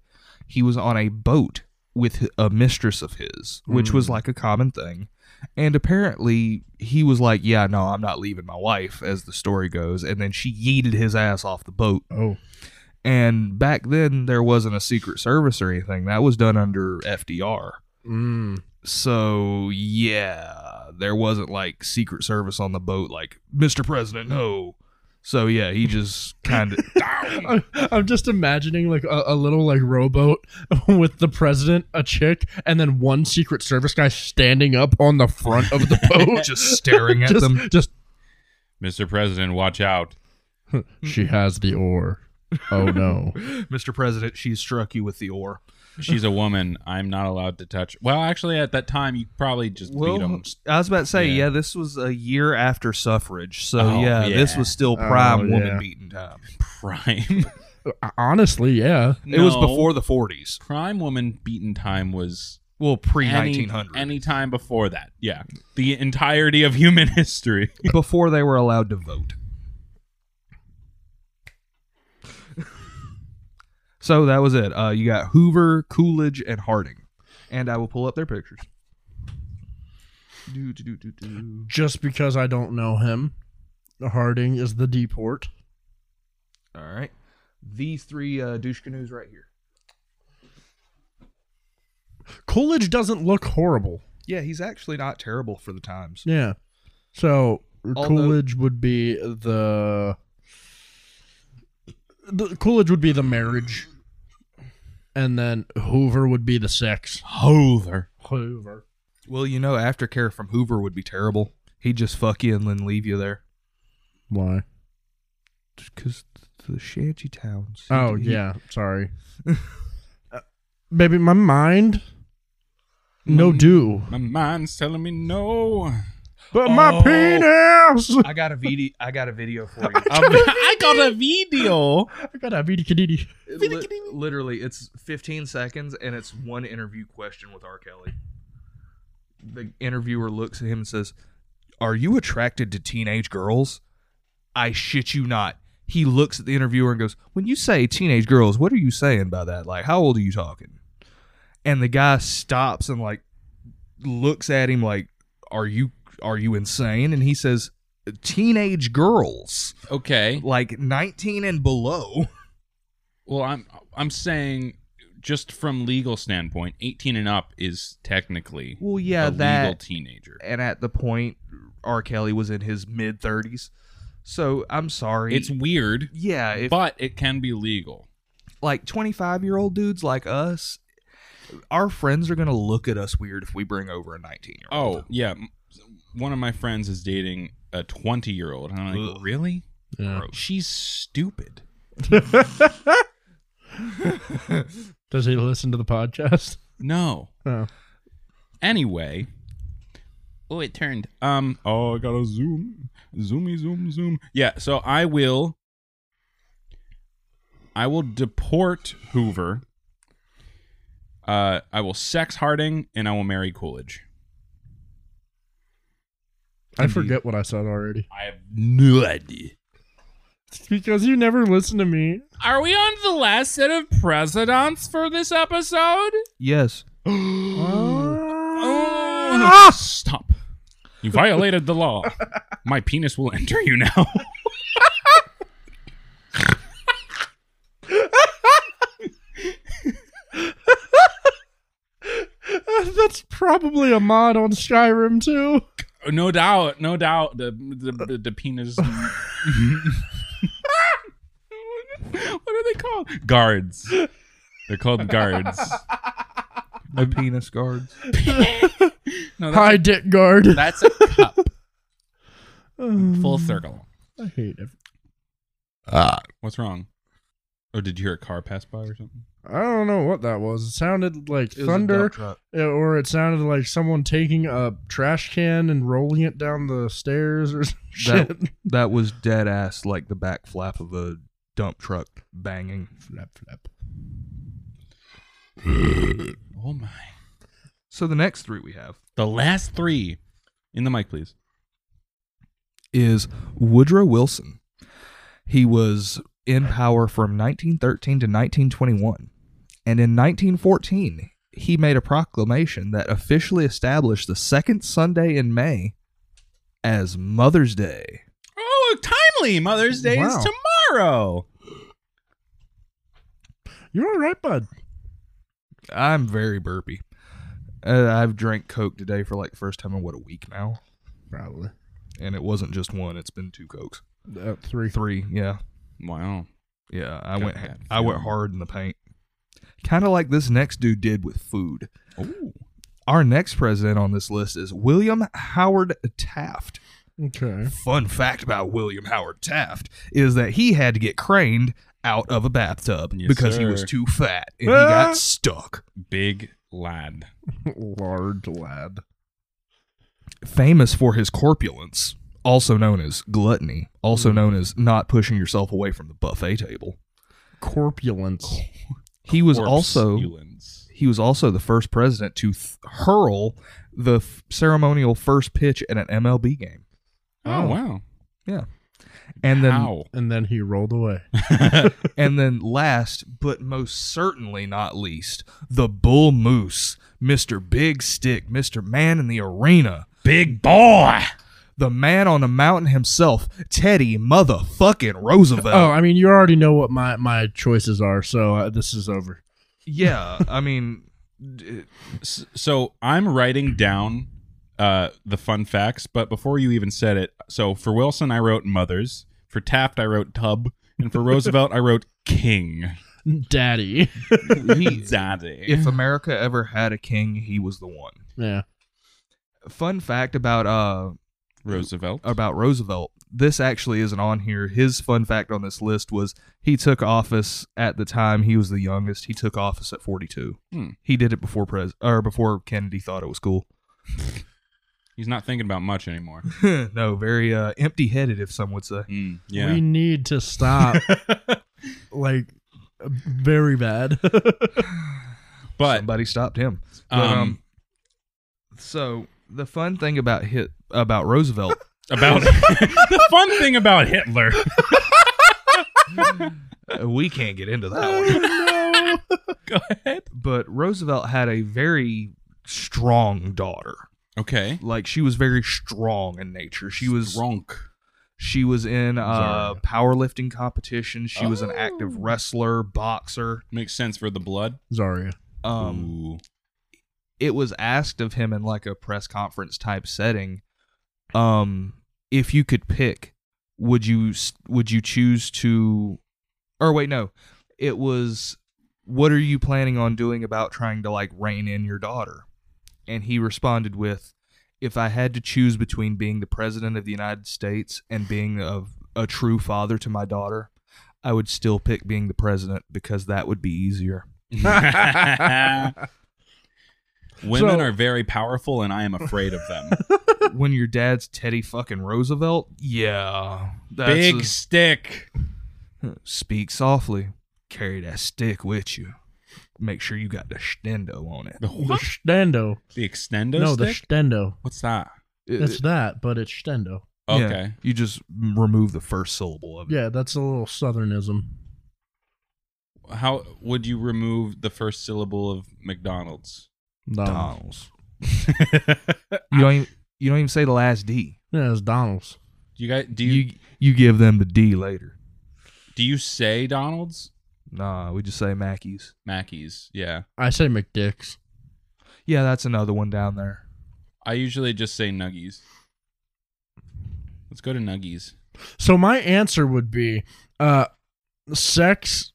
Speaker 3: he was on a boat with a mistress of his, which was like a common thing. And apparently, he was like, "Yeah, no, I'm not leaving my wife," as the story goes. And then she yeeted his ass off the boat.
Speaker 2: Oh,
Speaker 3: And back then, there wasn't a Secret Service or anything. That was done under FDR.
Speaker 2: mm.
Speaker 3: So yeah, there wasn't like Secret Service on the boat, like Mr. President, no. So yeah, he just kind of
Speaker 2: I'm, I'm just imagining like a, a little like rowboat [laughs] with the president, a chick, and then one Secret Service guy standing up on the front of [laughs] the boat,
Speaker 3: just staring at
Speaker 2: just,
Speaker 3: them.
Speaker 2: just
Speaker 1: Mr. President, watch out.
Speaker 2: she has the oar. Oh [laughs] no.
Speaker 3: Mr. President, she struck you with the oar.
Speaker 1: She's a woman. I'm not allowed to touch. Well, actually, at that time, you probably just beat
Speaker 3: Well,
Speaker 1: him.
Speaker 3: I was about to say, yeah.
Speaker 1: Yeah.
Speaker 3: this was a year after suffrage, so
Speaker 1: Oh,
Speaker 3: yeah, this
Speaker 1: yeah.
Speaker 3: was still
Speaker 2: Oh,
Speaker 3: prime woman
Speaker 2: yeah.
Speaker 3: beating time.
Speaker 1: [laughs] Prime.
Speaker 2: Honestly, yeah.
Speaker 3: It was
Speaker 1: No.
Speaker 3: before the 40s,
Speaker 1: Prime woman beaten time was
Speaker 3: well, pre
Speaker 1: any,
Speaker 3: 1900,
Speaker 1: any time before that. Yeah. The entirety of human [laughs] history.
Speaker 3: before they were allowed to vote. [laughs] so that was it. Uh, you got Hoover, Coolidge, and Harding, and I will pull up their pictures. Do, do, do, do, do.
Speaker 2: Just because I don't know him, Harding is the deport.
Speaker 3: All right, these three uh, douche canoes right here.
Speaker 2: Coolidge doesn't look horrible.
Speaker 3: Yeah, he's actually not terrible for the times.
Speaker 2: Yeah. So
Speaker 3: Although-
Speaker 2: Coolidge would be the, the Coolidge would be the marriage, and then Hoover would be the sex.
Speaker 1: Hoover.
Speaker 2: Hoover.
Speaker 3: Well, you know, aftercare from Hoover would be terrible. He'd just fuck you and then leave you there.
Speaker 2: Why?
Speaker 3: Because the shanty towns.
Speaker 2: [laughs] Oh yeah. Sorry. Uh, Baby, my mind. No do.
Speaker 1: My mind's telling me no.
Speaker 2: But my [laughs]
Speaker 3: Oh.
Speaker 2: penis.
Speaker 3: I got a video. I got a video for you.
Speaker 1: [laughs]
Speaker 2: [laughs]
Speaker 1: I got a video.
Speaker 2: I got a beady kadidi.
Speaker 3: It li- literally, it's 15 seconds and it's one interview question with R. Kelly. The interviewer looks at him and says, Are you attracted to teenage girls? I shit you not. He looks at the interviewer and goes, When you say teenage girls, what are you saying by that? Like, how old are you talking? And the guy stops and like looks at him like, Are you are you insane? And he says, Teenage girls.
Speaker 1: Okay.
Speaker 3: Like nineteen and below.
Speaker 1: Well, I'm I'm saying just from legal standpoint, 18 and up is technically
Speaker 3: Well
Speaker 1: a
Speaker 3: yeah,
Speaker 1: legal
Speaker 3: that
Speaker 1: teenager.
Speaker 3: and at the point R. Kelly was in his mid thirties. So I'm sorry.
Speaker 1: It's weird,
Speaker 3: yeah, if
Speaker 1: but it can be legal.
Speaker 3: like twenty five year old dudes like us, our friends are gonna look at us weird if we bring over a nineteen year old.
Speaker 1: Oh, yeah. m- One of my friends is dating a 20 year old. And I'm Oh, like,
Speaker 3: Ugh.
Speaker 1: really?
Speaker 2: Yeah.
Speaker 1: She's stupid.
Speaker 2: Does he listen to the podcast?
Speaker 1: No.
Speaker 2: Oh.
Speaker 1: Anyway. Oh, it turned. Um. Oh, I gotta zoom, zoomy, zoom, zoom. Yeah. So I will. I will deport Hoover. Uh, I will sex Harding, and I will marry Coolidge.
Speaker 2: I forget what I said already.
Speaker 1: I have no idea.
Speaker 2: It's because you never listen to me.
Speaker 1: Are we on the last set of presidents for this episode?
Speaker 3: Yes.
Speaker 1: Oh, stop. You violated the [laughs] law. My penis will enter you now.
Speaker 2: [laughs] That's probably a mod on Skyrim too.
Speaker 1: no doubt, no doubt. The the, the, the
Speaker 3: [laughs]
Speaker 1: penis. what are they called? Guards. They're called guards.
Speaker 3: [laughs] My penis guards.
Speaker 1: No, that's,
Speaker 2: Hi, Dick Guard.
Speaker 1: that's a cup.
Speaker 2: [sighs] Um,
Speaker 3: [laughs]
Speaker 1: Full circle.
Speaker 2: I hate it. Ah,
Speaker 1: What's wrong? Oh, did you hear a car pass by or something?
Speaker 2: I don't know what that was. It sounded like thunder, uh, or it sounded like someone taking a trash can and rolling it down the stairs or [laughs] some
Speaker 3: That-
Speaker 2: shit.
Speaker 3: That was dead ass like the back flap of a dump truck banging.
Speaker 2: Flap, flap.
Speaker 1: Oh my!
Speaker 3: So the next three we have
Speaker 1: The last three in the mic, please.
Speaker 3: is Woodrow Wilson. He was in power from 1913 to 1921. And in 1914, he made a proclamation that officially established the second Sunday in May as Mother's Day.
Speaker 1: Oh, look, timely! Mother's Day
Speaker 3: Wow.
Speaker 1: is tomorrow.
Speaker 2: You're all right, bud.
Speaker 3: I'm very burpy. Uh, I've drank Coke today for like the first time in what a week now,
Speaker 2: Probably.
Speaker 3: and it wasn't just one; it's been two Cokes,
Speaker 2: Uh, three.
Speaker 3: three. Yeah,
Speaker 1: Wow.
Speaker 3: yeah. I
Speaker 1: Got
Speaker 3: went,
Speaker 1: that
Speaker 3: I went
Speaker 1: feeling.
Speaker 3: hard in the paint, kind of like this next dude did with food.
Speaker 1: Ooh.
Speaker 3: Our next president on this list is William Howard Taft.
Speaker 1: Hmm.
Speaker 2: Okay. [laughs]
Speaker 3: Fun fact about William Howard Taft is that he had to get craned out of a bathtub
Speaker 1: Yes,
Speaker 3: because he
Speaker 1: sir.
Speaker 3: was too fat and he
Speaker 2: Ah.
Speaker 3: got stuck.
Speaker 1: Big lad.
Speaker 2: Large lad.
Speaker 3: Famous for his corpulence, also known as gluttony,
Speaker 1: Hmm.
Speaker 3: also known as not pushing yourself away from the buffet table.
Speaker 2: Corpulence.
Speaker 3: He was
Speaker 1: Corpse
Speaker 3: also
Speaker 1: Elans.
Speaker 3: he was also the first president to th- hurl the f- ceremonial first pitch at an MLB game.
Speaker 1: Oh, wow.
Speaker 3: And then
Speaker 1: How?
Speaker 2: And then he rolled away.
Speaker 3: And then last, but most certainly not least, the Bull Moose, Mr. Big Stick, Mr. Man in the Arena,
Speaker 1: Big boy.
Speaker 3: the man on the mountain himself, Teddy motherfucking Roosevelt.
Speaker 2: Oh, I mean, you already know what my, my choices are, so uh, this is over.
Speaker 3: Yeah, I mean, d-
Speaker 1: S- So I'm writing down uh, the fun facts, but before you even said it, so for Wilson I wrote mothers, for Taft I wrote tub, and for Roosevelt I wrote
Speaker 3: [laughs]
Speaker 1: king. [laughs]
Speaker 2: Daddy.
Speaker 3: he,
Speaker 1: Daddy.
Speaker 3: if America ever had a king, he was the one.
Speaker 2: Yeah.
Speaker 3: Fun fact about uh
Speaker 1: Roosevelt.
Speaker 3: about Roosevelt. This actually isn't on here. His fun fact on this list was he took office at the time he was the youngest. He took office at 42.
Speaker 1: Hmm.
Speaker 3: He did it before pres or before Kennedy thought it was cool. [laughs]
Speaker 1: He's not thinking about much anymore.
Speaker 3: no, very uh, empty-headed, if some would say.
Speaker 1: Mm, yeah.
Speaker 2: We need to stop. like, very bad. [laughs]
Speaker 1: but
Speaker 3: Somebody stopped him. But,
Speaker 1: um,
Speaker 3: um, so the fun thing about hit
Speaker 1: [laughs]
Speaker 3: about Roosevelt [laughs]
Speaker 1: about the fun thing about Hitler.
Speaker 3: Uh, we can't get into that one.
Speaker 1: Oh,
Speaker 3: [laughs]
Speaker 1: Go ahead.
Speaker 3: But Roosevelt had a very strong daughter.
Speaker 1: Okay.
Speaker 3: Like she was very strong in nature. She was
Speaker 1: drunk.
Speaker 3: She was in uh,
Speaker 2: Zarya.
Speaker 3: powerlifting competitions. She was an active
Speaker 1: Oh.
Speaker 3: wrestler, boxer.
Speaker 1: Makes sense for the blood.
Speaker 2: Zarya.
Speaker 3: Um,
Speaker 1: Ooh.
Speaker 3: it was asked of him in like a press conference type setting, um, if you could pick, would you s- would you choose to, or wait, no, it was, what are you planning on doing about trying to like rein in your daughter? And he responded with, if I had to choose between being the president of the United States and being a, a true father to my daughter, I would still pick being the president because that would be easier. [laughs]
Speaker 1: Women
Speaker 2: So-
Speaker 1: are very powerful, and I am afraid of them.
Speaker 3: when your dad's Teddy fucking Roosevelt, yeah, [laughs] that's
Speaker 1: Big stick.
Speaker 3: a- speak softly. Carry that stick with you. Make sure you got the stendo on it.
Speaker 1: Oh,
Speaker 2: The stendo.
Speaker 1: The extendo
Speaker 2: No, the
Speaker 1: stick?
Speaker 2: stendo.
Speaker 1: What's that?
Speaker 3: Uh,
Speaker 2: It's that, but it's stendo.
Speaker 3: Yeah,
Speaker 1: Okay.
Speaker 3: you just remove the first syllable of it.
Speaker 2: Yeah, that's a little southernism.
Speaker 1: How would you remove the first syllable of McDonald's?
Speaker 2: Donald.
Speaker 3: Donald's. You don't. Even, you don't even say the last D.
Speaker 2: Yeah, it's Donald's.
Speaker 1: Do you guys do you,
Speaker 3: You you give them the D later.
Speaker 1: do you say Donald's?
Speaker 3: Nah, we just say Mackey's.
Speaker 1: Mackey's, yeah.
Speaker 2: I say McDick's.
Speaker 3: Yeah, that's another one down there.
Speaker 1: I usually just say Nuggies. Let's go to Nuggies.
Speaker 2: So my answer would be uh sex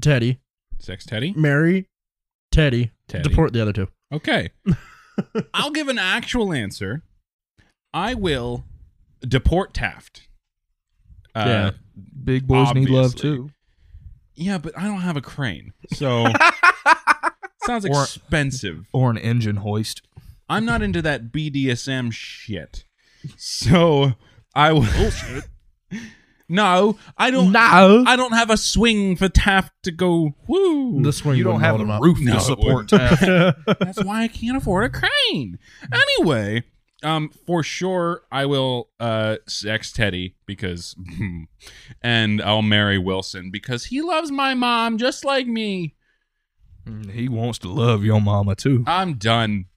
Speaker 2: Teddy,
Speaker 1: Sex Teddy?
Speaker 2: marry Teddy,
Speaker 1: Teddy.
Speaker 2: deport the other two.
Speaker 1: Okay. I'll give an actual answer. I will deport Taft. Uh,
Speaker 3: Big boys need love
Speaker 1: Obviously.
Speaker 3: too.
Speaker 1: yeah. but I don't have a crane. So sounds
Speaker 3: Or-
Speaker 1: expensive.
Speaker 3: Or an engine hoist.
Speaker 1: I'm not into that BDSM shit. So I will [laughs] No, I don't
Speaker 2: No.
Speaker 1: I don't have a swing for Taft to go woo.
Speaker 2: the swing
Speaker 3: you don't
Speaker 2: wouldn't
Speaker 3: have
Speaker 2: hold him
Speaker 3: a
Speaker 2: up.
Speaker 3: roof
Speaker 1: No,
Speaker 3: to
Speaker 1: it
Speaker 3: support
Speaker 1: wouldn't.
Speaker 2: [laughs]
Speaker 3: Taft.
Speaker 1: That's why I can't afford a crane. Anyway, um, for sure I will uh sex Teddy because, [laughs] and I'll marry Wilson because he loves my mom just like me.
Speaker 3: [laughs] He wants to love your mama too.
Speaker 1: I'm done.